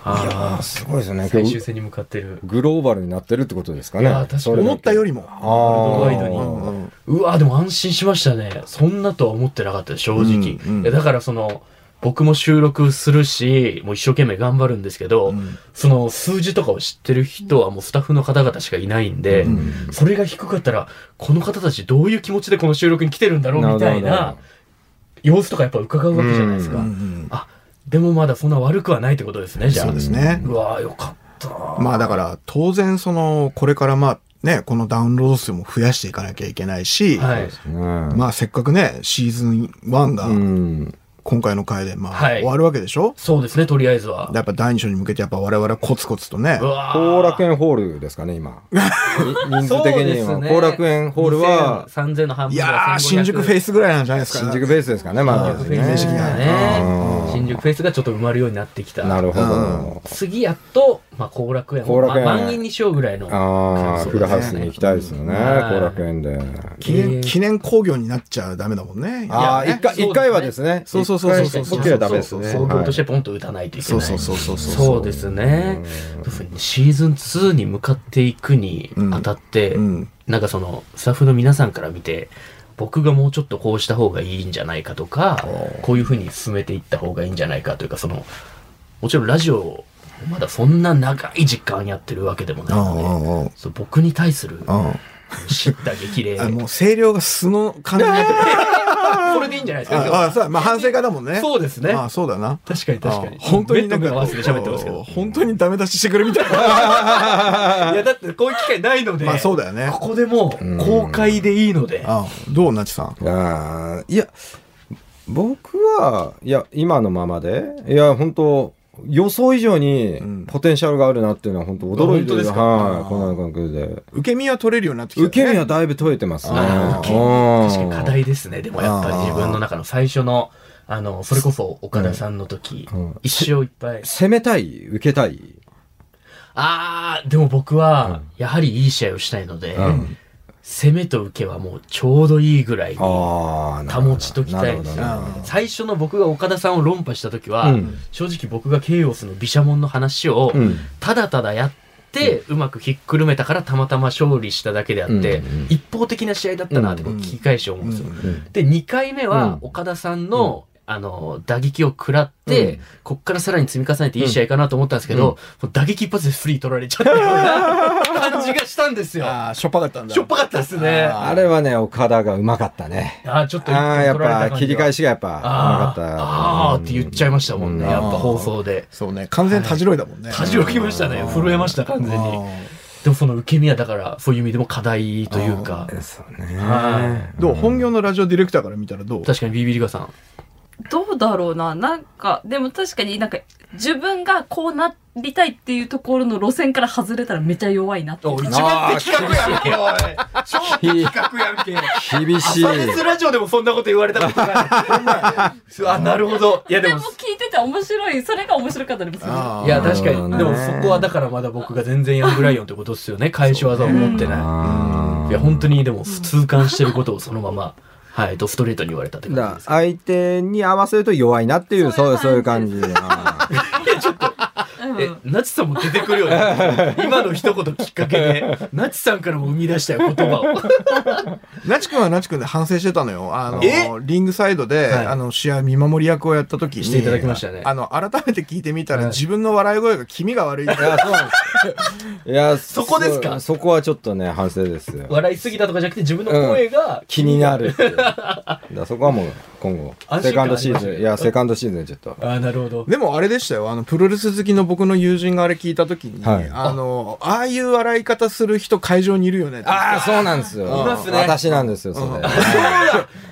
Speaker 1: あ
Speaker 4: あーすごいですね。
Speaker 1: 最終戦に向かってる
Speaker 4: グローバルになってるってことですか
Speaker 1: いやー確か
Speaker 4: ね。
Speaker 1: に
Speaker 4: それだけ
Speaker 3: 思ったよりも。
Speaker 4: あー
Speaker 1: ワールドワイドに
Speaker 3: うんうん
Speaker 1: うわーでも安心しましたねそんなとは思ってなかったです正直、
Speaker 3: うんうん
Speaker 1: いやだからその僕も収録するしもう一生懸命頑張るんですけど、
Speaker 3: うん
Speaker 1: その数字とかを知ってる人はもうスタッフの方々しかいないんで、
Speaker 3: うん
Speaker 1: それが低かったらこの方たちどういう気持ちでこの収録に来てるんだろうみたい
Speaker 4: なる
Speaker 1: な
Speaker 4: ほど
Speaker 1: 様子とかやっぱ伺うわけじゃないですか、
Speaker 3: うんうん
Speaker 1: あでもまだそんな悪くはないってことですねじゃあ
Speaker 3: そうですね。
Speaker 1: うわーよかったな
Speaker 3: まあだから当然そのこれからまあね、このダウンロード数も増やしていかなきゃいけないし、
Speaker 1: はい
Speaker 4: まあ、
Speaker 3: まあせっかくね、シーズン1
Speaker 4: う
Speaker 3: が
Speaker 4: ん。
Speaker 3: 今回の回でまあ
Speaker 1: はい
Speaker 3: 終わるわけでしょ、
Speaker 1: そうですねとりあえずは
Speaker 3: やっぱ第2章に向けてやっぱ我々はコツコツとね
Speaker 1: う、わー
Speaker 4: 後楽園ホールですかね、 今。い人数的に
Speaker 1: そ
Speaker 4: は。
Speaker 1: うですね
Speaker 4: 後楽園ホールは、
Speaker 1: 3000の半
Speaker 3: い
Speaker 1: 分が
Speaker 3: やー、新宿フェイ
Speaker 1: ス
Speaker 3: スぐらいなんじゃないですか。
Speaker 4: 新宿ベースですかね、まだ
Speaker 1: フェイスが
Speaker 3: ね
Speaker 1: ね
Speaker 4: うん
Speaker 1: 新宿フェイスがちょっと埋まるようになってきた
Speaker 4: なるほ
Speaker 3: うん
Speaker 4: ど。
Speaker 1: 次やっとまあ後楽園
Speaker 4: 後楽園
Speaker 1: まあ満員にしようぐらいの
Speaker 4: ああ、
Speaker 1: そうですね
Speaker 4: フルハウスに行きたいですよね、
Speaker 1: はい
Speaker 4: 後楽園で。
Speaker 3: 記
Speaker 1: えー
Speaker 3: 念、記念工業になっちゃダメだもんね。
Speaker 4: ああ、
Speaker 1: いや
Speaker 4: 一回、
Speaker 1: そうですね
Speaker 4: 一回はですね。
Speaker 3: そうそうそうそう
Speaker 4: 一回
Speaker 3: そう
Speaker 4: 一回はダメですね。
Speaker 1: そうそうそう
Speaker 4: は
Speaker 1: 総合
Speaker 4: い
Speaker 1: としてポンと打たないといけな
Speaker 3: そう
Speaker 1: い
Speaker 3: そうそうそうそう。
Speaker 1: そうですねシーズン2に向かっていくにあたって、
Speaker 3: うん。
Speaker 1: なんかそのスタッフの皆さんから見て僕がもうちょっとこうした方がいいんじゃないかとかこういうふうに進めていった方がいいんじゃないかというかそのもちろんラジオをまだそんな長い時間やってるわけでもないので
Speaker 3: うんうんうん
Speaker 1: そう僕に対する
Speaker 3: うん。
Speaker 1: 叱咤激励
Speaker 3: あもう声量が素の感じになってる
Speaker 1: それでいいんじゃないですか今日
Speaker 3: ああ、
Speaker 1: は
Speaker 3: そうまあ反省会だもんね。
Speaker 1: そうですね
Speaker 3: まあそうだな。
Speaker 1: 確かに確かに
Speaker 3: あ本当になん
Speaker 1: ベッド組み合
Speaker 3: か
Speaker 1: わせて喋ってますけど
Speaker 3: 本当にダメ出ししてくるみたいな。
Speaker 1: いやだってこういう機会ないので
Speaker 3: まあそうだよね。
Speaker 1: ここでもう公開でいいので
Speaker 3: あどうなちさん。
Speaker 4: いやーいや、僕は、いや、今のままで、いや、本当予想以上に
Speaker 3: ん
Speaker 4: ポテンシャルがあるなっていうのは本当驚いて
Speaker 1: あ本当で
Speaker 4: る。
Speaker 1: すか
Speaker 4: はい、この感覚で。
Speaker 3: 受け身は取れるようになってきた、ね。
Speaker 4: 受け身はだいぶ解いてますね。
Speaker 1: あー受け身
Speaker 4: うん
Speaker 1: 確かに課題ですね。でもやっぱり自分の中の最初の、あの、それこそ岡田さんの時、
Speaker 4: うんうん
Speaker 1: 一生いっぱい。
Speaker 4: 攻めたい、受けたい。
Speaker 1: あー、でも僕は、やはりいい試合をしたいので、
Speaker 4: うん
Speaker 1: 攻めと受けはもうちょうどいいぐらいに
Speaker 4: ああ、なるほど
Speaker 1: 保ちときたいですね
Speaker 4: なるほどな
Speaker 1: 最初の僕が岡田さんを論破した時は、
Speaker 4: うん
Speaker 1: 正直僕がケイオスの毘沙門の話を
Speaker 4: うん
Speaker 1: ただただやって、うまくひっくるめたからたまたま勝利しただけであって、
Speaker 4: うんうん
Speaker 1: 一方的な試合だったなって僕聞き返して思うんですよ、で2回目
Speaker 4: う
Speaker 1: は
Speaker 4: ん
Speaker 1: 岡田さんの、あの打撃を食らって、
Speaker 4: うん
Speaker 1: こっからさらに積み重ねていい試合かなと思ったんですけど、もう打撃一発でフリー取られちゃったような感じがしたんです よ。
Speaker 3: ああ、しょっぱかったんだ。
Speaker 1: しょっぱかったですね。あ
Speaker 4: あれはね、岡田がうまかったね。
Speaker 1: あー、ちょっと一
Speaker 4: ああ、
Speaker 1: 本
Speaker 4: やっ
Speaker 1: 取られた感じ
Speaker 4: ぱ
Speaker 1: が
Speaker 4: 切り返しがやっぱうまか
Speaker 1: あ
Speaker 4: った。
Speaker 1: ーあーって言っちゃいましたもんね。
Speaker 4: うん
Speaker 1: やっぱ放送で。
Speaker 3: そうね。完全にたじろいだもんね。
Speaker 1: 恥をかきましたね。震えました、完全
Speaker 3: あ
Speaker 1: に。でもその受け身はだから、そういう意味でも課題というか。
Speaker 4: そうね。
Speaker 1: は
Speaker 3: ーどう本業のラジオディレクターから見たらどう
Speaker 1: い。確かにビビリガさん。
Speaker 2: どうだろうな。なんか、でも確かになんか、自分がこうなりたいっていうところの路線から外れたらめちゃ弱いなって。
Speaker 1: お一番的確やんけ、おい。超的確やんけ。
Speaker 4: 厳しい。
Speaker 1: 朝熱ラジオでもそんなこと言われたことがある。あ、なるほど。いや、で
Speaker 2: で
Speaker 1: も
Speaker 2: も、聞いてて面白い。それが面白かったですね。
Speaker 3: あー
Speaker 1: いや、確か
Speaker 4: なるほ
Speaker 1: に。
Speaker 4: ど
Speaker 1: で
Speaker 4: ね
Speaker 1: もそこはだからまだ僕が全然ヤングライオンってことですよね。返し技を持ってない。いや、本当にでも痛感してることをそのまま、はい、ドストレートに言われたって感じ
Speaker 4: だ
Speaker 1: です。
Speaker 4: 相手に合わせると弱いなっていう、そうそういう感じ。あー
Speaker 2: うん
Speaker 1: え、ナチさんも出てくるよ ね。今の一言きっかけで、ナチさんからも生み出したよ、言葉を。
Speaker 3: なちくんはなちくんで反省してたのよ。あ
Speaker 1: え
Speaker 3: の、リングサイドで、
Speaker 1: はい
Speaker 3: あの、試合見守り役をやった時に。
Speaker 1: していただきましたね
Speaker 3: あの、改めて聞いてみたら、
Speaker 1: はい
Speaker 3: 自分の笑い声が気味が悪い。
Speaker 4: いや、そうな んです。いや、
Speaker 1: そこですか
Speaker 4: そこはちょっとね、反省ですよ。
Speaker 1: 笑いすぎたとかじゃなくて自分の声が、
Speaker 4: 気になるっていう。 だからそこはもう、今後
Speaker 1: 安心感、
Speaker 4: セカンドシーズ
Speaker 1: あります
Speaker 4: ン、
Speaker 1: ね
Speaker 4: いや、セカンドシーズンちょっと。
Speaker 1: あ、なるほど。
Speaker 3: でもあれでしたよ。あの、プロレス好きの僕の友人があれ聞いた時に、
Speaker 4: はい
Speaker 3: あの、ああいう笑い方する人会場にいるよねって。
Speaker 4: ああ、そうなんですよ。
Speaker 1: いますね
Speaker 4: 私なんですよ、それ。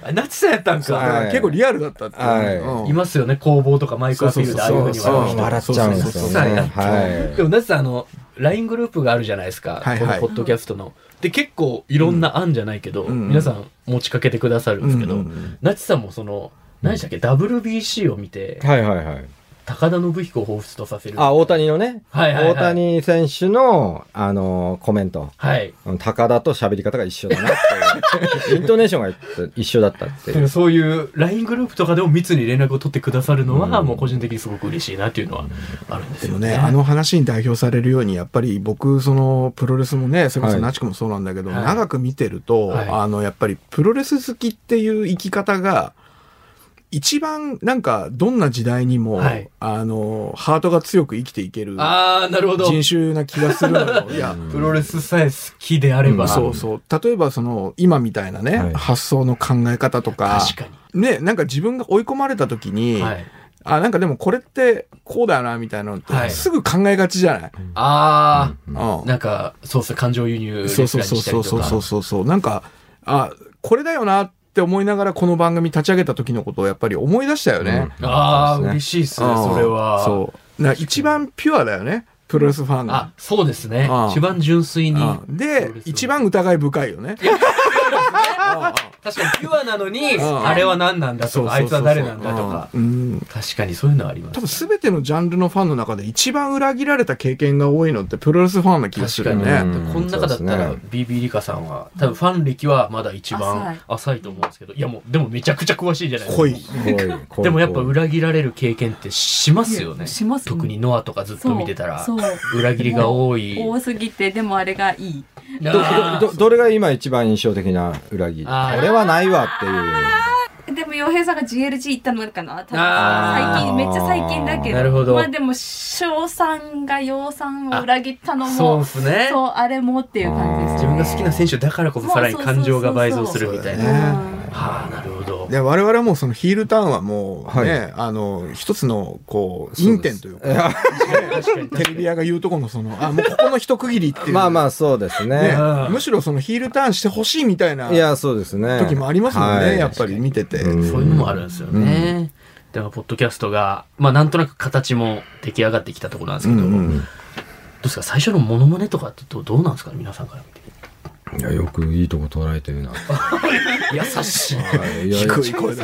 Speaker 1: あナチさんやったん
Speaker 3: だから
Speaker 1: か。
Speaker 4: はい
Speaker 3: 結構リアルだったっていうね
Speaker 4: はい
Speaker 3: うん
Speaker 1: いますよね、工房とかマイクアピールでああいうふうに
Speaker 3: そうそう
Speaker 1: 笑
Speaker 3: そ
Speaker 1: 人。
Speaker 3: うう
Speaker 4: 笑っちゃうんですよ
Speaker 1: そうそう
Speaker 4: ね。
Speaker 1: そうでも
Speaker 4: は
Speaker 1: なぜあの LINE グループがあるじゃないですか、
Speaker 3: はいはい
Speaker 1: このポッドキャストの。で結構いろんな案じゃないけど、
Speaker 3: うんうん
Speaker 1: 皆さん持ちかけてくださるんですけど、
Speaker 3: うんうんうん
Speaker 1: なちさんもその何でしたっけ、WBC を見て
Speaker 4: い。はいはいはい。
Speaker 1: 高田信彦を彷彿とさせる
Speaker 4: あ、大谷のね。
Speaker 1: はいはいはい
Speaker 4: 大谷選手の、あのーコメント。
Speaker 1: はい
Speaker 4: うん高田と喋り方が一緒だなって いう。イントネーションが一緒だったっていう。
Speaker 1: そういう LINE グループとかでも密に連絡を取ってくださるのは、
Speaker 4: うん
Speaker 1: もう個人的にすごく嬉しいなっていうのはあるんです
Speaker 3: で
Speaker 1: よ
Speaker 3: も
Speaker 1: ね。
Speaker 3: ね、あの話に代表されるように、やっぱり僕、その、プロレスもね、それこそ
Speaker 4: はい
Speaker 3: ナチコもそうなんだけど、
Speaker 1: はい
Speaker 3: 長く見てると、
Speaker 1: はい
Speaker 3: あの、やっぱりプロレス好きっていう生き方が、一番、なんか、どんな時代にも、
Speaker 1: はい
Speaker 3: あの、ハートが強く生きていける
Speaker 1: ああなるほど
Speaker 3: 人種な気がするの よ。いや、
Speaker 1: プロレスさえ好きであれば、
Speaker 4: うん
Speaker 3: そうそう。例えば、その、今みたいなね、
Speaker 4: はい
Speaker 3: 発想の考え方とか、
Speaker 1: 確か
Speaker 3: ね、なんか自分が追い込まれた時に、
Speaker 1: に、はい、
Speaker 3: あ、なんかでもこれってこうだよな、みたいなのって、
Speaker 1: はい
Speaker 3: すぐ考えがちじゃない、
Speaker 1: ああ、
Speaker 3: うん
Speaker 1: なんかそうですね感情輸入レス
Speaker 3: そ
Speaker 1: ラ
Speaker 3: う
Speaker 1: ー
Speaker 3: そ
Speaker 1: に
Speaker 3: うそう
Speaker 1: したり
Speaker 3: そ
Speaker 1: と
Speaker 3: う
Speaker 1: か
Speaker 3: そうそうそうそうなんかあこれだよなって思いながらこの番組立ち上げた時のことをやっぱり思い出したよね、
Speaker 1: ああ、
Speaker 4: そうですね
Speaker 1: 嬉しいっすね、
Speaker 3: うん
Speaker 1: それは。
Speaker 3: そうな一番ピュアだよねプロレスファンが
Speaker 1: あ、そうですね
Speaker 3: うん。
Speaker 1: 一番純粋に。
Speaker 3: うんで
Speaker 1: プロレスを
Speaker 3: 一番疑い深いよね
Speaker 1: 確かにピュアなのに、
Speaker 3: うん
Speaker 1: あれは何なんだ
Speaker 3: そ
Speaker 1: と
Speaker 3: うそうそうそう
Speaker 1: か、あいつは誰なんだとか。
Speaker 3: うん
Speaker 1: 確かにそういうのはありま
Speaker 3: 多
Speaker 1: す。
Speaker 3: 分全てのジャンルのファンの中で一番裏切られた経験が多いのってプロレスファンな気がするよ
Speaker 1: 確
Speaker 3: ね
Speaker 1: か
Speaker 4: う
Speaker 1: に。
Speaker 4: ん
Speaker 1: この中だった
Speaker 4: そ
Speaker 1: ら、
Speaker 4: うです
Speaker 1: BB リカさんは、多分ファン歴はまだ一
Speaker 2: 浅
Speaker 1: 番
Speaker 2: い
Speaker 1: 浅いと思うんですけど、いやもう、でもめちゃくちゃ詳しいじゃないですか。
Speaker 3: 濃い
Speaker 4: い
Speaker 1: でもやっぱ裏切られる経験ってしますよね。
Speaker 2: しますね
Speaker 1: 特にノアとかずっと見てたら
Speaker 2: そうそう、
Speaker 1: 裏切りが多い。
Speaker 2: 多すぎて、でもあれがいい。
Speaker 1: な
Speaker 4: ど
Speaker 1: あ
Speaker 4: どどどれが今一番印象的な裏切りこ
Speaker 1: あー
Speaker 4: れはないわっていう。
Speaker 2: でも洋平さんが GLG 行ったのかな多分
Speaker 1: あ
Speaker 4: ー
Speaker 2: 最近めっちゃ最近だけど
Speaker 1: なるほど
Speaker 2: まあでも翔さんが洋さんを裏切ったのも
Speaker 1: そうっすね。
Speaker 2: そうあれもっていう感じです
Speaker 1: 自分が好きな選手だからこそさらに感情が倍増するみたいな。
Speaker 3: ね
Speaker 1: はあ、なるほど。
Speaker 3: で我々はもうそのヒールターンはもうね、
Speaker 4: はい
Speaker 3: あの一つのこう因点というかテレビ屋が言うとこのそのあもうここの一区切りっていう
Speaker 4: まあまあそうですね。
Speaker 1: うん
Speaker 3: ね、むしろそのヒールターンしてほしいみたいない
Speaker 4: や、そうですね。
Speaker 3: 時もありますもんね、
Speaker 4: はい
Speaker 3: やっぱり見てて。
Speaker 4: うん
Speaker 1: そういうのもあるんですよね。だから、ポッドキャストが、まあ、なんとなく形も出来上がってきたところなんですけど、どうですか、最初のモノマネとかってどうどうなんですかね、皆さんから見て。
Speaker 4: いや、よくいいとこ捉えてるな。
Speaker 1: 優しい。
Speaker 4: いやいや
Speaker 3: 低い声で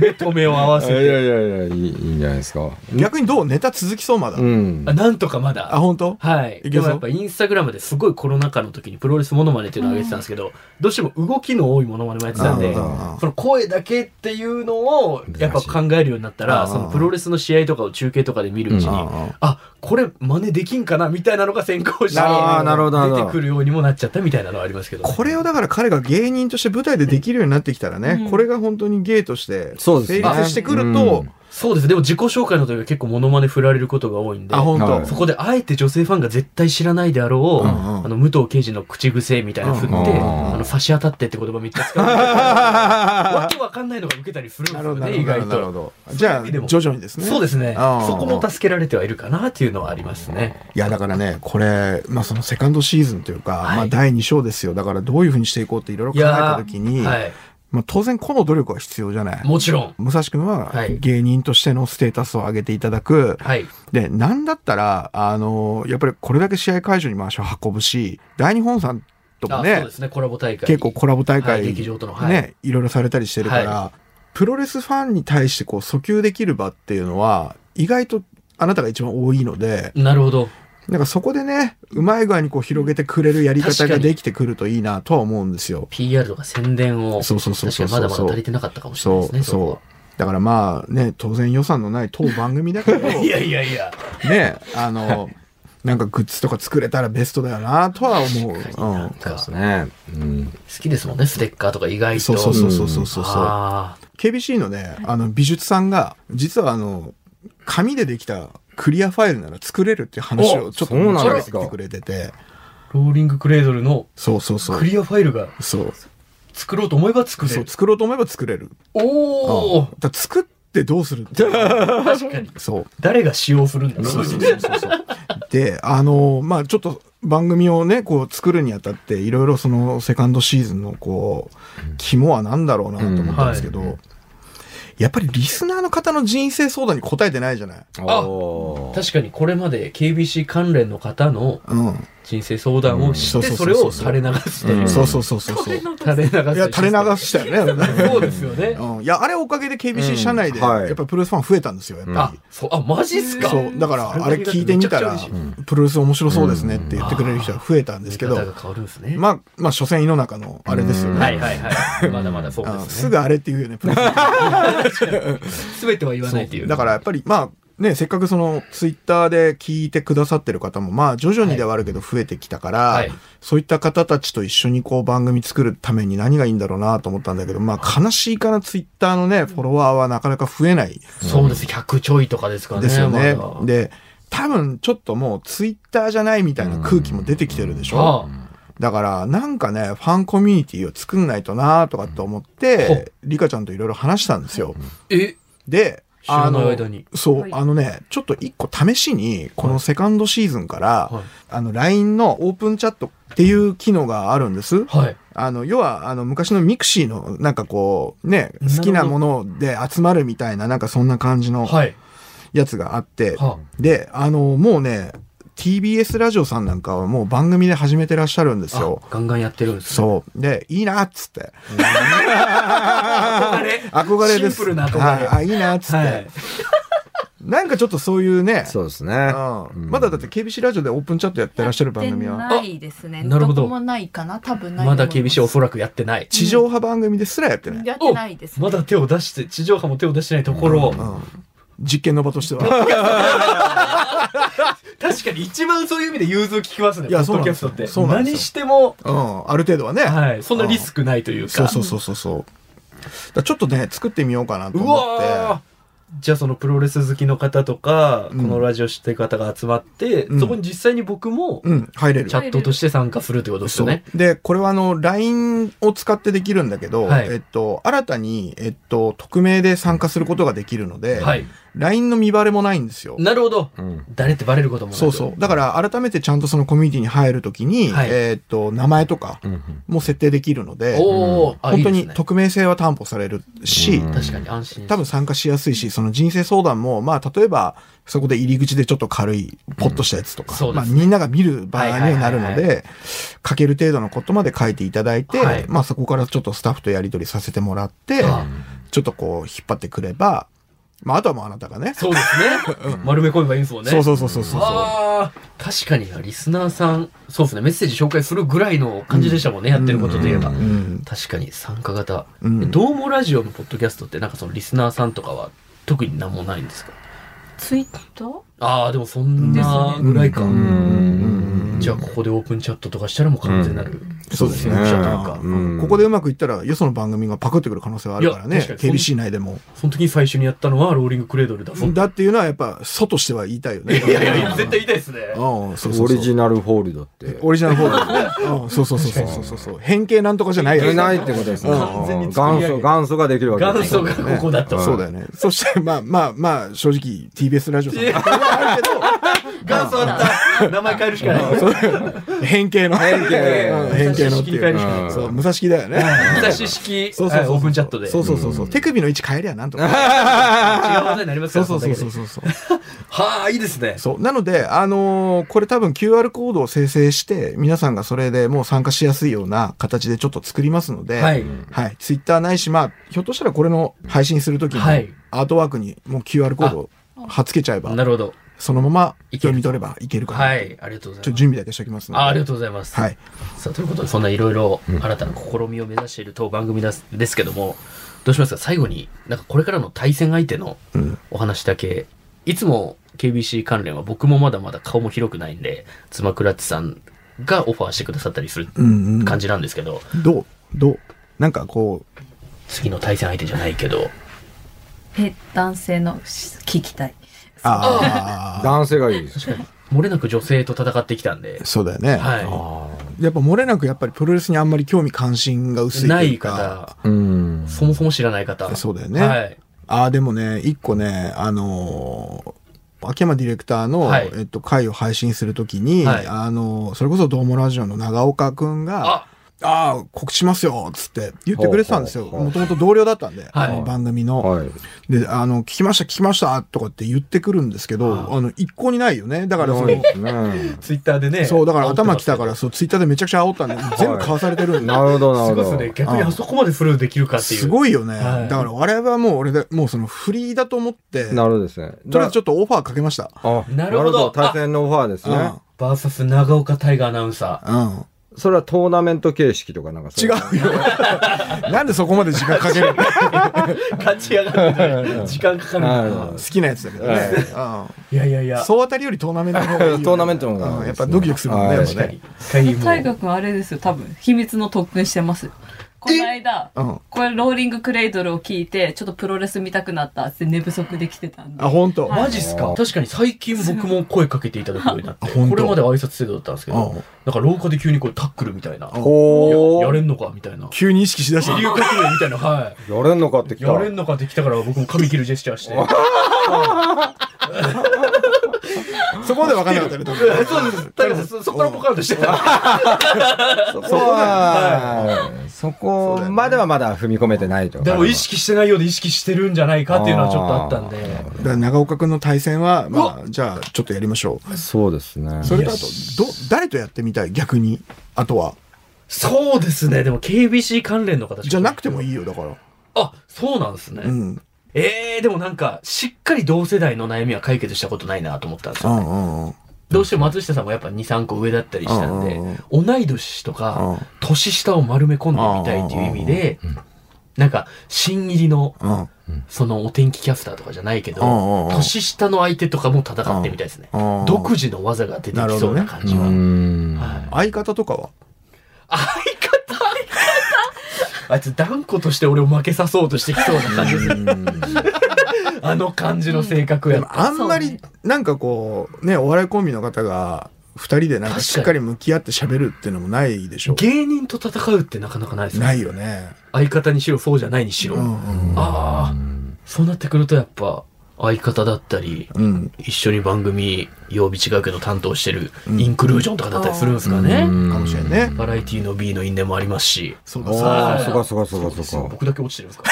Speaker 1: 目と目を合わせ
Speaker 4: いやい
Speaker 1: て。
Speaker 4: やいやいい、いいんじゃないですか。
Speaker 3: 逆にどうネタ続きそうまだ。
Speaker 4: うん
Speaker 1: あ。なんとかまだ。
Speaker 3: あ、本当？
Speaker 1: はい。
Speaker 3: いけ
Speaker 1: で
Speaker 3: そう
Speaker 1: もやっぱインスタグラムですごいコロナ禍の時にプロレスモノマネっていうのを上げてたんですけど、どうしても動きの多いモノマネもやってたんで
Speaker 3: あーあ、ー
Speaker 1: その声だけっていうのをやっぱ考えるようになった
Speaker 3: あ
Speaker 1: ら、
Speaker 3: ー
Speaker 1: そのプロレスの試合とかを中継とかで見るうちに、
Speaker 4: うん
Speaker 3: あー
Speaker 1: あ、これ真似できんかなみたいなのが先行して、
Speaker 4: あーなるほどなるほど
Speaker 1: 出てくるようにもなっちゃったみたいなのはありますけど。
Speaker 3: これをだから彼が芸人として舞台でできるようになってきたらね、
Speaker 2: うん
Speaker 3: これが本当に芸として
Speaker 4: そうです
Speaker 3: 成
Speaker 4: ね
Speaker 3: 立してくると、
Speaker 1: そうです。でも自己紹介の時は結構モノマネ振られることが多いんで、
Speaker 3: あ本当、
Speaker 4: はい
Speaker 1: そこであえて女性ファンが絶対知らないであろう、
Speaker 3: うんうん
Speaker 1: あの、武藤刑事の口癖みたいなの振って、
Speaker 3: うん
Speaker 4: うん
Speaker 1: あの、差し当たってって言葉めっちゃ使う。わ けわかんないのが受けたりするんです
Speaker 3: な
Speaker 1: よ
Speaker 3: るほどな
Speaker 1: ね、意
Speaker 3: るほど
Speaker 1: 外
Speaker 3: なるほ
Speaker 1: と。
Speaker 3: ど。じ
Speaker 1: そういう
Speaker 3: ゃ
Speaker 1: 意
Speaker 3: あ
Speaker 1: 味でも
Speaker 3: 徐々にですね。
Speaker 1: そうですね。
Speaker 3: あー
Speaker 1: そこも助けられてはいるかなっていうのはありますね。
Speaker 3: いや、だからね、これ、まあそのセカンドシーズンというか、
Speaker 1: はい
Speaker 3: まあ第2章ですよ。だからどういうふうにしていこうっていろいろ考えたときに、
Speaker 1: はい。
Speaker 3: まあ、当然個の努力は必要じゃない。
Speaker 1: もちろん。
Speaker 3: 武蔵君は
Speaker 1: はい
Speaker 3: 芸人としてのステータスを上げていただく。
Speaker 1: はい。
Speaker 3: で、なんだったら、あのやっぱりこれだけ試合会場にも足を運ぶし、大日本さんとか
Speaker 1: あそう
Speaker 3: ね
Speaker 1: で、すね、コラボ大会。
Speaker 3: 結構コラボ大
Speaker 1: はい
Speaker 3: 会、
Speaker 1: 劇場とのはい
Speaker 3: ね、いろいろされたりしてるから、プロレスファンに対してこう訴求できる場っていうのは、意外とあなたが一番多いので、
Speaker 1: なるほど。
Speaker 3: なんかそこでね、うまい具合にこう広げてくれるやり
Speaker 1: 確
Speaker 3: 方
Speaker 1: か
Speaker 3: が
Speaker 1: に
Speaker 3: できてくるといいなとは思うんですよ。
Speaker 1: PR とか宣伝を。
Speaker 3: そうそうそうそう
Speaker 1: 確かにまだまだ足りてなかったかもしれない
Speaker 3: そ
Speaker 1: です
Speaker 3: う、
Speaker 1: ね、
Speaker 3: そう。だからまあね、当然予算のない当番組だけど、
Speaker 1: こは いやいやいや。
Speaker 3: ね、あの、なんかグッズとか作れたらベストだよなとは思う。
Speaker 1: 確かになん
Speaker 3: う
Speaker 1: か
Speaker 4: そうですね。うん。
Speaker 1: 好きですもんね、ステッカーとか意外
Speaker 3: ん。
Speaker 1: と。
Speaker 3: そうそうそうそうそうそうそう。
Speaker 1: あー
Speaker 3: KBC のね、あの美術さんが、実はあの、紙でできたクリアファイルなら作れるっていう話を
Speaker 1: お
Speaker 3: ちょっと
Speaker 4: そうなん
Speaker 1: で
Speaker 3: ですて
Speaker 4: か
Speaker 3: きてくれてて、
Speaker 1: ローリングクレードルの
Speaker 3: そうそうそう
Speaker 1: ク。リアファイルが
Speaker 3: そう。
Speaker 1: 作ろうと思えば作れ
Speaker 3: そう
Speaker 1: る。
Speaker 3: 作ろうと思えば作れる。
Speaker 1: お
Speaker 3: う
Speaker 1: お
Speaker 3: んだから作ってどうするっていう
Speaker 1: 確かに。
Speaker 3: そう。
Speaker 1: 誰が使用するんだろう。
Speaker 3: で、あの、まあちょっと番組をね、こう作るにあたって、いろいろそのセカンドシーズンのこう、肝は何だろうなと思ったんですけど、やっぱりリスナーの方の人生相談に答えてないじゃない。
Speaker 1: あ
Speaker 4: おー
Speaker 1: 確かにこれまで KBC 関連の方の
Speaker 3: うん。
Speaker 1: 人生相談をして、
Speaker 3: うん
Speaker 1: それを垂れ流すというう。
Speaker 4: ん
Speaker 3: そうそうそうそうそう。
Speaker 2: 垂れ流
Speaker 3: い
Speaker 2: す
Speaker 1: 垂れ流すという。
Speaker 3: や、垂れ流したよ ね。
Speaker 1: そうですよね。
Speaker 3: うん、いや、あれおかげで KBC 社内で、
Speaker 4: うんはい
Speaker 3: やっぱりプロレスファン増えたんですよ、やっぱり。
Speaker 1: あ、そう、あ、マジっすか。
Speaker 3: そう、だから、あれ聞いてみたら
Speaker 1: めちゃくちゃ嬉しい、
Speaker 3: プロレス面白そうですねって言ってくれる人は増えたんですけど
Speaker 1: 見、方が変わるんですね。
Speaker 3: まあ、まあ、所詮井の中のあれですよね。
Speaker 1: はいはいはい。まだまだそう
Speaker 3: あ
Speaker 1: で
Speaker 3: の
Speaker 1: す
Speaker 3: す
Speaker 1: ね。
Speaker 3: ぐあれって言うよね、プロレス
Speaker 1: すべては言わないっていう。
Speaker 3: だからやっぱりまあねせっかくそのツイッターで聞いてくださってる方もまあ徐々にではあるけど増えてきたから、
Speaker 1: はい
Speaker 3: そういった方たちと一緒にこう番組作るために何がいいんだろうなと思ったんだけどまあ悲しいかなツイッターのねフォロワーはなかなか増えない
Speaker 1: そうです。100ちょいとかですかね。
Speaker 3: ですよね。
Speaker 1: まだ
Speaker 3: で多分ちょっともうツイッターじゃないみたいな空気も出てきてるでしょ、
Speaker 1: あ
Speaker 3: だからなんかねファンコミュニティを作んないとなとかって思って、リカちゃんといろいろ話したんですよ。
Speaker 1: え、
Speaker 3: で、
Speaker 1: 知らない
Speaker 3: あの
Speaker 1: 間に
Speaker 3: そう、
Speaker 2: はい
Speaker 3: あのね、ちょっと一個試しに、このセカンドシーズンから、
Speaker 1: はい
Speaker 3: あの、LINE のオープンチャットっていう機能があるんです。
Speaker 1: はい。
Speaker 3: あの、要は、あの、昔のミクシーの、なんかこう、ね、
Speaker 1: なるほど
Speaker 3: 好きなもので集まるみたいな、なんかそんな感じの
Speaker 1: はい。
Speaker 3: やつがあって、
Speaker 1: は
Speaker 3: で、あの、もうね、TBS ラジオさんなんかはもう番組で始めてらっしゃるんです
Speaker 1: あ
Speaker 3: よ。。
Speaker 1: ガンガンやってるんですね。
Speaker 3: そう。で、いいなっつって。
Speaker 1: あれ
Speaker 3: 憧れです。
Speaker 1: シンプルな憧れ
Speaker 3: はいあ、いいなっつって。
Speaker 1: はい。
Speaker 3: なんかちょっとそういうね、
Speaker 4: そうですね。
Speaker 3: うん
Speaker 4: うん
Speaker 3: まだだって KBC ラジオでオープンチャットやってらっしゃる番組
Speaker 5: や
Speaker 3: は
Speaker 5: ってないですね。
Speaker 1: なるほ
Speaker 5: ど
Speaker 1: ど
Speaker 5: こもないかな、多分ないと
Speaker 1: ま
Speaker 5: 思い
Speaker 1: だ
Speaker 5: ます。
Speaker 1: KBC おそらくやってない。
Speaker 3: 地上波番組ですらやってない、
Speaker 5: やってないですね。
Speaker 1: まだ手を出して、地上波も手を出してないところ、
Speaker 3: うん実験の場としては
Speaker 1: 確かに一番そういう意味で融通聞きますね、
Speaker 3: いや
Speaker 1: ポッドキャストって。
Speaker 3: そうなんですよ
Speaker 1: 何しても、
Speaker 3: うんある程度はね、
Speaker 1: はい、そんなリスクないというか。
Speaker 3: そうそうそうそうそうだからちょっとね作ってみようかなと
Speaker 1: う
Speaker 3: 思っ
Speaker 1: わーじゃあそのプロレス好きの方とか、
Speaker 3: うん
Speaker 1: このラジオ知ってる方が集まって、
Speaker 3: うん
Speaker 1: そこに実際に僕も
Speaker 3: てうん入れる
Speaker 1: チャットとして参加するってことですよね。
Speaker 3: そうでこれはあの LINE を使ってできるんだけど、
Speaker 1: はい
Speaker 3: えっと、新たに、えっと、匿名で参加することができるので、
Speaker 1: はい。
Speaker 3: LINE の見バレもないんですよ
Speaker 1: なるほど。
Speaker 4: うん
Speaker 1: 誰ってバレることもなく
Speaker 3: そうそう。だから改めてちゃんとそのコミュニティに入るときに、
Speaker 1: はい
Speaker 3: えーっと、名前とか
Speaker 4: うん
Speaker 3: も設定できるので、
Speaker 1: おお、あ
Speaker 3: 本当
Speaker 1: いい
Speaker 3: に
Speaker 1: ですね
Speaker 3: 匿名性は担保されるし、
Speaker 4: うん
Speaker 1: 確かに安心。
Speaker 3: 多分参加しやすいし、その人生相談も、まあ、例えば、そこで入り口でちょっと軽い、ポッとしたやつと
Speaker 1: う
Speaker 3: か、
Speaker 1: んそうで
Speaker 3: まあ、
Speaker 1: すね
Speaker 3: みんなが見る場合にはなるの
Speaker 1: はいはい
Speaker 3: で、書ける程度のことまで書いていただいて、
Speaker 1: はい
Speaker 3: まあ、そこからちょっとスタッフとやり取りさせてもらって、
Speaker 1: あ
Speaker 3: ちょっとこう、引っ張ってくれば、まあ、あとはもうあなたがね、
Speaker 1: そうですね。丸め込めばいいんですもんね。
Speaker 3: そうそうそうそうそうそう。
Speaker 1: あー確かになリスナーさん、そうですね、メッセージ紹介するぐらいの感じでしたもんね、やってることで言えば。
Speaker 3: うん
Speaker 1: 確かに参加型。
Speaker 3: うん
Speaker 1: えどうもラジオのポッドキャストって、なんかそのリスナーさんとかは特になんもないんですか
Speaker 5: ツイッター
Speaker 1: ああ、でもそんなぐらいか。
Speaker 3: う
Speaker 4: うん
Speaker 3: ん
Speaker 1: じゃあここでオープンチャットとかしたらもう完全なる。
Speaker 3: そうですね
Speaker 1: 先駆者というか。
Speaker 4: うん
Speaker 3: ここでうまくいったら、よその番組がパクってくる可能性はあるから
Speaker 1: い
Speaker 3: ね
Speaker 1: や。確かに
Speaker 3: KBC 内でも。
Speaker 1: その時に最初にやったのはローリングクレードルだ。そう
Speaker 3: だっていうのはやっぱ、素としては言いたいよね。
Speaker 1: いやいやいや、絶対言いたいですね。
Speaker 3: うん、そうそうそう。
Speaker 4: オリジナルホールドって。
Speaker 3: オリジナル方だうん、そうそうそうそうそうそう。変形なんとかじゃないよね。
Speaker 4: いないってことですね。
Speaker 3: 完
Speaker 1: 全に
Speaker 4: 元
Speaker 1: 作り上げ
Speaker 4: 祖、元祖ができるわけ
Speaker 1: 元
Speaker 4: です
Speaker 1: 祖がここだと。
Speaker 3: そうだよね。そして、まあまあまあ、正直 TBS ラジオさん
Speaker 1: いや
Speaker 3: もあるけど、
Speaker 1: 元祖あった名前変えるしかない。
Speaker 3: 変形の。
Speaker 4: 変形
Speaker 3: うん変形のってい
Speaker 1: 武蔵式に変えるし
Speaker 4: かな
Speaker 3: う。
Speaker 4: い
Speaker 3: そう、武蔵式だよね。
Speaker 1: 武蔵式
Speaker 3: そうそうそうそう
Speaker 1: はいオープンチャットで
Speaker 3: そうそうそうそうう。
Speaker 4: ん
Speaker 3: 手首の位置変えりゃなんとか。
Speaker 1: 違う技になりますか
Speaker 3: そう
Speaker 1: ら
Speaker 3: そうそうそ
Speaker 1: のだ
Speaker 3: うそうそう。
Speaker 1: けではあいいですね
Speaker 3: そう。なので、あのーこれ多分 QR コードを生成して、皆さんがそれでもう参加しやすいような形でちょっと作りますので、
Speaker 1: は
Speaker 3: はい。
Speaker 1: い
Speaker 3: ツイッターないし、まあ、ひょっとしたらこれの配信するとき
Speaker 1: は
Speaker 3: に
Speaker 1: い、
Speaker 3: アートワークにもう QR コードを貼っつけちゃえば、
Speaker 1: なるほど
Speaker 3: そのまま
Speaker 1: いける
Speaker 3: 読み取ればいけるかな。
Speaker 1: は
Speaker 3: ちょ
Speaker 1: いありがとうご
Speaker 3: っ
Speaker 1: ざ
Speaker 3: と
Speaker 1: います
Speaker 3: 準備だけしておきますので。
Speaker 1: あありがとうございます
Speaker 3: はい。
Speaker 1: さあということでそんないろいろ新たな試みを目指している当番組ですですけどもどうしますか最後になんかこれからの対戦相手の
Speaker 3: うん
Speaker 1: お話だけいつも KBC 関連は僕もまだまだ顔も広くないんで妻倉地さんがオファーしてくださったりする
Speaker 3: うんうん。
Speaker 1: 感じなんですけど、
Speaker 3: どうどうなんかこう、
Speaker 1: 次の対戦相手じゃないけど
Speaker 2: え、男性の聞きたい。
Speaker 3: ああ、
Speaker 4: 男性がいいです
Speaker 1: 漏れなく女性と戦ってきたんで
Speaker 3: そうだよね。
Speaker 1: はい
Speaker 3: やっぱ漏れなくやっぱりプロレスにあんまり興味関心が薄い
Speaker 1: な
Speaker 3: とい
Speaker 1: いう
Speaker 3: か。
Speaker 1: 方
Speaker 4: うん
Speaker 1: そもそも知らない方
Speaker 3: そうだよね。
Speaker 1: はい
Speaker 3: ああ、でもね、一個ね、あのー秋山ディレクターの、
Speaker 1: はい
Speaker 3: えっと、回を配信するときに、
Speaker 1: はい
Speaker 3: あのーそれこそドームラジオの長岡くんが、あ
Speaker 1: あ
Speaker 3: あ、告知しますよっつって言ってくれてたんですよ。
Speaker 4: ほうほうほ
Speaker 3: もともと同僚だったんで、
Speaker 1: はい
Speaker 3: あの番組の。
Speaker 4: はい
Speaker 3: で、あの、聞きました、聞きましたとかって言ってくるんですけど、
Speaker 1: あ
Speaker 3: あの、一向にないよね。だからそ
Speaker 4: ない
Speaker 3: の
Speaker 4: で、すね
Speaker 1: ツイッターでね
Speaker 3: そう、だから頭きたから、そう、ツイッターでめちゃくちゃ煽ったんで、 全部買わされてるんで。
Speaker 4: なるほどな
Speaker 1: す
Speaker 4: る
Speaker 1: ごい
Speaker 4: ほ
Speaker 1: です
Speaker 4: ど
Speaker 1: ね逆にあそこまでフルできるかっていう
Speaker 3: すごいよね。
Speaker 1: はい
Speaker 3: だから、我々はもう、俺で、もうその、フリーだと思って、
Speaker 4: なるほどですね
Speaker 3: とりあえずちょっとオファーかけました。
Speaker 4: あ
Speaker 1: なるほど
Speaker 4: 対戦のオファーですね
Speaker 3: あ
Speaker 1: バーサス長岡大河アナウンサ
Speaker 3: うん。
Speaker 4: それはトーナメント形式とかなんかそ
Speaker 3: 違うよ。 なんでそこまで時間かけるの好
Speaker 1: ー 勝ち上がってね時間かかる
Speaker 4: はい
Speaker 1: な
Speaker 3: きなやつだけどね。
Speaker 1: いやいやい
Speaker 3: うん
Speaker 1: や
Speaker 3: 総当たりよりトーナメントの方がいいよね。
Speaker 4: トーナメントの方がいいですね
Speaker 3: うんやっぱドキドキするもんね。
Speaker 4: は
Speaker 3: や
Speaker 4: い
Speaker 3: っぱね
Speaker 1: 一回もう
Speaker 2: 大河君あれですよ、多分。秘密の特訓してますよ。この間、
Speaker 3: うん。
Speaker 2: これローリングクレイドルを聞いて、ちょっとプロレス見たくなったって寝不足で来てたんで
Speaker 3: あ、。本当。
Speaker 2: はい
Speaker 1: マジっすか確かに最近僕も声かけていただくようになって
Speaker 3: あ本当
Speaker 1: これまで挨拶制度だったんですけ
Speaker 3: うん
Speaker 1: どなんか廊下で急にこうタックルみたいな
Speaker 3: うん
Speaker 4: お
Speaker 1: や
Speaker 4: ー
Speaker 1: れんのかみたいな
Speaker 3: 急に意識しだした
Speaker 1: 竜。角類みたいなはい
Speaker 4: やれんのかってきた
Speaker 1: やれんのかって来たから僕も髪切るジェスチャーして
Speaker 3: そこまで分かんなかったね多分。
Speaker 1: そうですだからそそこからポカンとしてた
Speaker 4: そこはそこまではまだ踏み込めてないと
Speaker 1: でも意識してないようで意識してるんじゃないかっていうのはちょっとあったん
Speaker 4: あ
Speaker 1: で
Speaker 3: だから長岡くんの対戦は、まあ、じゃあ、ちょっとやりましょう。
Speaker 4: そうですね
Speaker 3: それとあと、ど、誰とやってみたい逆に。あとは。
Speaker 1: そうですねでも KBC 関連の形
Speaker 3: じゃなくても
Speaker 1: い
Speaker 3: いいよ、だから。
Speaker 1: あそうなんですね、
Speaker 3: うん。
Speaker 1: えー、でもなんかしっかり同世代の悩みは解決したことないなと思ったんです
Speaker 3: う
Speaker 1: よ、
Speaker 3: んうんうん。
Speaker 1: どうしても松下さんもやっぱ23個上だったりしたんで、
Speaker 3: うんうん
Speaker 1: 同い年とか、
Speaker 3: うん
Speaker 1: 年下を丸め込んでみたいっていう意味で、なんか新入りの
Speaker 3: うん。
Speaker 1: そのお天気キャスターとかじゃないけど、
Speaker 3: うんうんうん
Speaker 1: 年下の相手とかも戦ってみたいですね、
Speaker 3: うんうん
Speaker 1: 独自の技が出てきそうな感じは、
Speaker 4: うん
Speaker 1: はい
Speaker 3: 相方とかは
Speaker 1: 相方相方 あいつ断固として俺を負けさそうとしてきそうな感じでするあの感じの性格
Speaker 3: で
Speaker 1: や
Speaker 3: もあんま
Speaker 2: そう
Speaker 3: り
Speaker 2: ね
Speaker 3: なんかこうねお笑いコンビの方が2人でなんかしっかり向き合って喋るっていうのもないでしょ
Speaker 1: 芸人と戦うってなかなかないですね
Speaker 3: ないよね
Speaker 1: 相方にしろそうじゃないにしろ、
Speaker 3: うん
Speaker 1: ああそうなってくるとやっぱ相方だったり
Speaker 3: うんうん
Speaker 1: 一緒に番組曜日違うけど担当してるインクルージョンとかだったりするんですかね、
Speaker 3: かもしれんね
Speaker 1: バラエティの B の因縁もありますし
Speaker 3: そうだ
Speaker 4: お
Speaker 3: そうだ
Speaker 4: ーそこそこそこそこ
Speaker 1: 僕だけ落ちてるんですか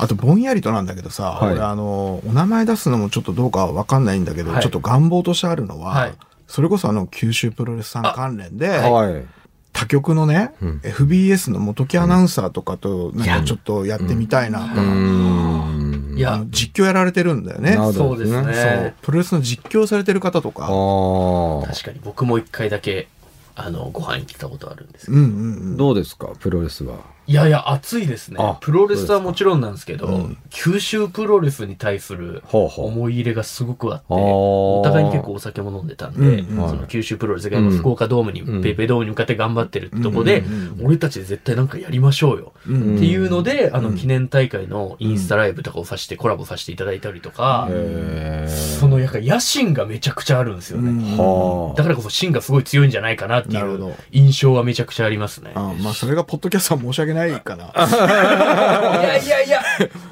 Speaker 3: あとぼんやりとなんだけどさ
Speaker 4: はい
Speaker 3: 俺あのお名前出すのもちょっとどうかわかんないんだけど
Speaker 1: はい
Speaker 3: ちょっと願望としてあるの
Speaker 1: は
Speaker 3: はいそれこそあの九州プロレスさん関連で
Speaker 4: はい
Speaker 3: 他局のね
Speaker 4: うん
Speaker 3: FBS の元木アナウンサーとかとなんかちょっとやってみたいなとか
Speaker 4: うん
Speaker 1: い
Speaker 3: あ
Speaker 1: や
Speaker 3: の実況やられてるんだよね
Speaker 4: なるほど
Speaker 1: そうですね
Speaker 3: そうプロレスの実況されてる方と
Speaker 4: あ
Speaker 3: か
Speaker 4: ー
Speaker 1: 確かに僕も一回だけあのご飯行ったことあるんですけど
Speaker 3: うんうんうん。
Speaker 4: どうですかプロレスはい
Speaker 1: やいや暑いですね
Speaker 4: あ
Speaker 1: プロレスはもちろんなんですけど、
Speaker 3: そうです
Speaker 1: 九州プロレスに対する
Speaker 4: ほうほう
Speaker 1: 思い入れがすごくあって
Speaker 4: あー
Speaker 1: お互いに結構お酒も飲んでたんで、
Speaker 3: うんうん
Speaker 1: その九州プロレスが今福岡ドームに、
Speaker 4: うん
Speaker 1: ペイペイドームに向かって頑張ってるってとこで、
Speaker 3: うんうん
Speaker 1: 俺たちで絶対なんかやりましょうよ、
Speaker 3: うんうん
Speaker 1: っていうのであの記念大会のインスタライブとかをさしてコラボさせていただいたりとか、
Speaker 4: へー
Speaker 1: そのやっぱ野心がめちゃくちゃあるんですよね、
Speaker 4: は
Speaker 1: だからこそ芯がすごい強いんじゃないかなってい
Speaker 3: なるほど
Speaker 1: う印象はめちゃくちゃありますね。
Speaker 3: あまあそれがポッドキャストは申し訳ないかな。
Speaker 1: いやいやいや、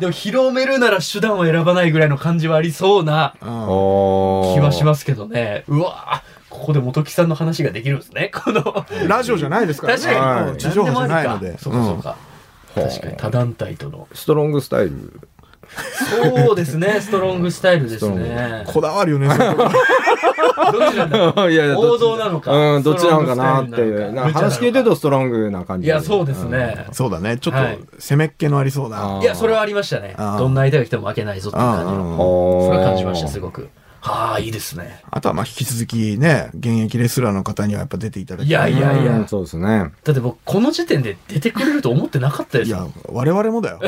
Speaker 1: でも広めるなら手段を選ばないぐらいの感じはありそうな
Speaker 3: うん
Speaker 4: あ
Speaker 1: 気はしますけどね。うわーここで元木さんの話ができるんですね。この。
Speaker 3: ラジオじゃないですから
Speaker 1: 確かに、
Speaker 3: は
Speaker 1: もう
Speaker 3: い地上波じゃない
Speaker 1: 何も
Speaker 3: の
Speaker 1: あり
Speaker 3: で
Speaker 1: かそうかそう
Speaker 3: うん
Speaker 1: か。
Speaker 4: うん
Speaker 1: 確かに、他団体との。
Speaker 4: ストロングスタイル
Speaker 1: そうですね、ストロングスタイルですね。
Speaker 3: こだわるよ ねそういうとこ
Speaker 1: どっちなんだろう
Speaker 4: いやいや
Speaker 1: 王道なのか
Speaker 4: うん、どっちなのかなっていう。なんか話聞いてるとストロングな感じ。
Speaker 1: いや、そうですね。
Speaker 3: そうだねちょっ
Speaker 1: はい
Speaker 3: と攻めっ気のありそう
Speaker 4: あ
Speaker 3: な
Speaker 4: ー
Speaker 1: いや、それはありましたね。
Speaker 3: あー
Speaker 1: どんな相手が来ても負けないぞっていう感じ
Speaker 3: う
Speaker 1: の。
Speaker 4: うん。
Speaker 3: ん
Speaker 1: そ
Speaker 4: そ
Speaker 1: れは感じました、すごく。はあ、いいですね。
Speaker 3: あとはまあ引き続きね現役レスラーの方にはやっぱ出ていただき
Speaker 1: いや
Speaker 3: たい
Speaker 1: いやいや。
Speaker 4: そうです ね。
Speaker 1: だって僕、この時点で出てくれると思ってなかったで
Speaker 3: い
Speaker 1: す
Speaker 3: や
Speaker 1: よ。
Speaker 3: 我々もだ よ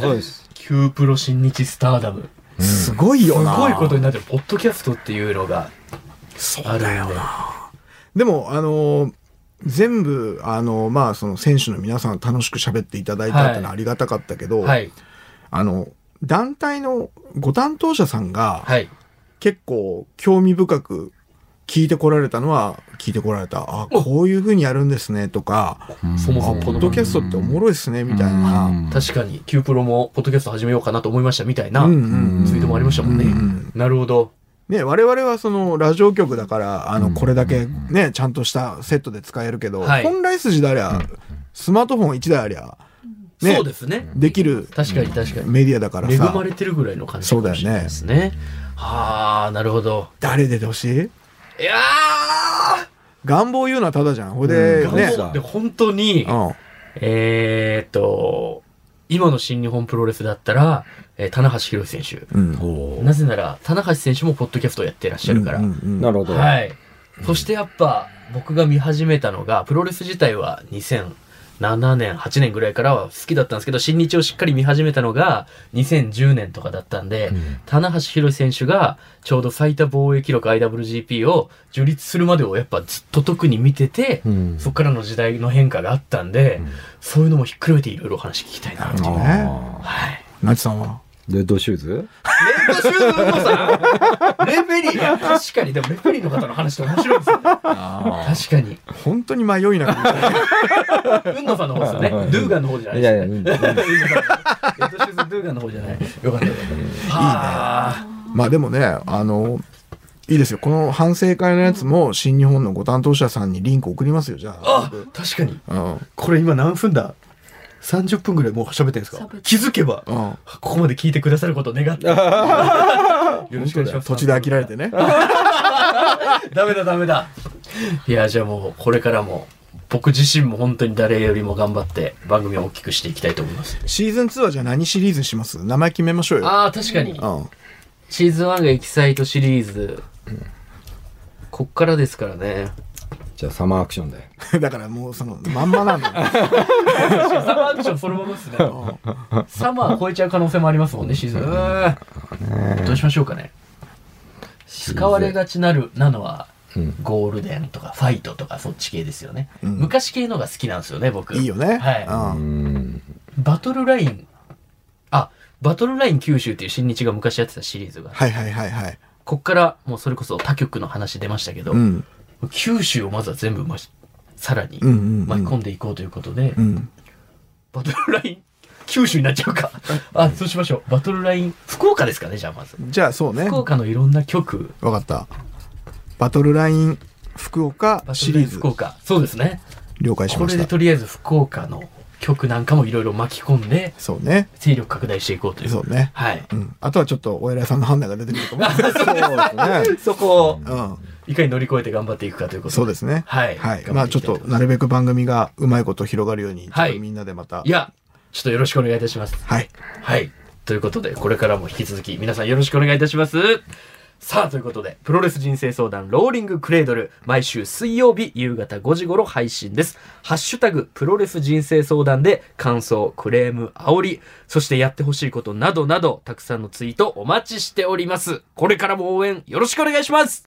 Speaker 4: そうです。
Speaker 1: キュープロ新日スターダム。
Speaker 3: すごい
Speaker 1: す
Speaker 3: よな
Speaker 1: ごいことになってる、ポッドキャストっていうのがあるんで。
Speaker 3: でもあのー全部あのーまあその選手の皆さん楽しく喋っていただいたってのはありがたかったけど、
Speaker 1: はい。
Speaker 3: あの団体のご担当者さんが、
Speaker 1: はい。
Speaker 3: 結構興味深く聞いてこられたのは聞いてこられたあこういうふうにやるんですねとか
Speaker 1: そも
Speaker 3: あ
Speaker 1: そも
Speaker 3: ポ
Speaker 1: こ
Speaker 3: ッ
Speaker 1: の
Speaker 3: ドキャストっておもろいっすねみたいな
Speaker 4: うん
Speaker 1: 確かに、キュープロもポッドキャスト始めようかなと思いましたみたいな
Speaker 3: うんうん
Speaker 1: ツイートもありましたもんね
Speaker 3: うんうん。
Speaker 1: なるほど。
Speaker 3: ね我々はそのラジオ局だからあ
Speaker 4: う
Speaker 3: の
Speaker 4: ん
Speaker 3: これだけねちゃんとしたセットで使えるけど、
Speaker 1: はい
Speaker 3: 本来筋でありゃスマートフォン1台ありゃね
Speaker 1: そうですね。
Speaker 3: できる
Speaker 1: 確かに確かに。
Speaker 3: メディアだから
Speaker 1: 恵
Speaker 3: さ
Speaker 1: まれてるぐらいの感じかもしれないですね。はあ、なるほど。
Speaker 3: 誰出てほしい
Speaker 1: いや
Speaker 3: 願望言うのはただじゃんほいで、
Speaker 1: ー、
Speaker 3: ね
Speaker 1: 願望で本当に、
Speaker 3: うん
Speaker 1: えーっと、今の新日本プロレスだったら、えー、棚橋宏選手。
Speaker 3: うん
Speaker 1: なぜなら、棚橋選手もポッドキャストをやってらっしゃるから。
Speaker 3: うんうん
Speaker 4: なるほど。
Speaker 1: はい。そしてやっぱ、僕が見始めたのが、プロレス自体は2007年、8年ぐらいからは好きだったんですけど、新日をしっかり見始めたのが2010年とかだったんで、棚橋宏選手がちょうど最多防衛記録 IWGP を樹立するまでをやっぱずっと特に見てて、
Speaker 4: うん
Speaker 1: そこからの時代の変化があったんで、そういうのもひっくるめていろいろお話聞きたいなと。
Speaker 3: ほどね
Speaker 1: はい。
Speaker 3: なちさんは
Speaker 4: レッドシューズ
Speaker 1: レッドシューズ運動さんレフェリーいや、確かに、でもレフェリーの方の話って面白いですよね。確かに。
Speaker 3: 本当に迷いなく
Speaker 1: 運動さんの方ですよね。ドゥーガンの方じゃない
Speaker 4: い
Speaker 1: で
Speaker 4: や
Speaker 1: す
Speaker 4: い
Speaker 1: ね
Speaker 4: や、いいん
Speaker 1: レ
Speaker 4: だ
Speaker 1: ッドシューズドゥーガンの方じゃない。よかったよかった。いいね。は
Speaker 3: まあでもね、あの、いいですよ。この反省会のやつも、新日本のご担当者さんにリンク送りますよ、じゃあ。
Speaker 1: あ、確かに。
Speaker 3: うん。
Speaker 1: これ今何分だ ?30 分ぐらいもう喋ってんです
Speaker 5: 喋っ
Speaker 1: か
Speaker 5: てる
Speaker 1: 気づけば、
Speaker 3: うん。
Speaker 1: ここまで聞いてくださることを願 って。よろしくお願いします。
Speaker 3: 途中で飽きられてね。
Speaker 1: ダメだダメだ。いや、じゃあもうこれからも、僕自身も本当に誰よりも頑張って番組を大きくしていきたいと思います。
Speaker 3: シーズン2はじゃあ何シリーズにします名前決めましょうよ。
Speaker 1: ああ、確かに。
Speaker 3: うん。
Speaker 1: シーズン1がエキサイトシリーズ。こっからですからね。
Speaker 4: じゃあサマーアクションで。
Speaker 3: だからもうその、まん まなんだよ。
Speaker 1: サマーアクションそのままですね。サマー超えちゃう可能性もありますもんね、シーズン。うーんどうしましょうかね。使われがちなる、なのは、ゴールデンとかファイトとかそっち系ですよね。昔系のが好きなんですよね、僕。
Speaker 3: いいよね。
Speaker 1: はい。
Speaker 4: う。
Speaker 3: うん
Speaker 1: バトルライン、あ、バトルライン九州っていう新日が昔やってたシリーズが、
Speaker 3: はいはいはいはい。
Speaker 1: こっからもうそれこそ他局の話出ましたけど、
Speaker 3: うん。
Speaker 1: 九州をまずは全部まし、さらに
Speaker 3: うんうんうん
Speaker 1: 巻き込んでいこうということで、
Speaker 3: うん。
Speaker 1: バトルライン九州になっちゃうか。あ、そうしましょう。バトルライン福岡ですかね、じゃあまず。
Speaker 3: じゃあそうね。
Speaker 1: 福
Speaker 3: わ
Speaker 1: 岡のいろんな局、
Speaker 3: かった。バトルライン福岡
Speaker 1: バト
Speaker 3: シ
Speaker 1: ルライ
Speaker 3: リ
Speaker 1: ン
Speaker 3: ーズ
Speaker 1: 福。岡。そうですね。
Speaker 3: 了解し
Speaker 1: こ
Speaker 3: ま
Speaker 1: れ
Speaker 3: し
Speaker 1: で
Speaker 3: た。
Speaker 1: とりあえず福岡の局なんかもいろいろ巻き込んで、
Speaker 3: そうね。
Speaker 1: 勢力拡大していこうという。
Speaker 3: そうね。
Speaker 1: はい。
Speaker 3: うん。あとはちょっとお偉いさんの判断が出てくると思う。
Speaker 4: そうですね。
Speaker 1: そこを
Speaker 3: うん。
Speaker 1: いかに乗り越えて頑張っていくかということ
Speaker 3: そうですね。
Speaker 1: はい
Speaker 3: はい。
Speaker 1: 頑
Speaker 3: ま
Speaker 1: 張っ
Speaker 3: あ
Speaker 1: て
Speaker 3: ち
Speaker 1: い
Speaker 3: ょっ
Speaker 1: きたいと
Speaker 3: と
Speaker 1: 思います
Speaker 3: なるべく番組がうまいこと広がるように、
Speaker 1: はい
Speaker 3: ちょっとみんなでまた。
Speaker 1: いや、ちょっとよろしくお願いいたします。
Speaker 3: はい。
Speaker 1: はい。ということで、これからも引き続き皆さんよろしくお願いいたします。さあ、ということで、プロレス人生相談、ローリングクレードル、毎週水曜日夕方5時頃配信です。ハッシュタグ、プロレス人生相談で、感想、クレーム、煽り、そしてやってほしいことなどなど、たくさんのツイートお待ちしております。これからも応援よろしくお願いします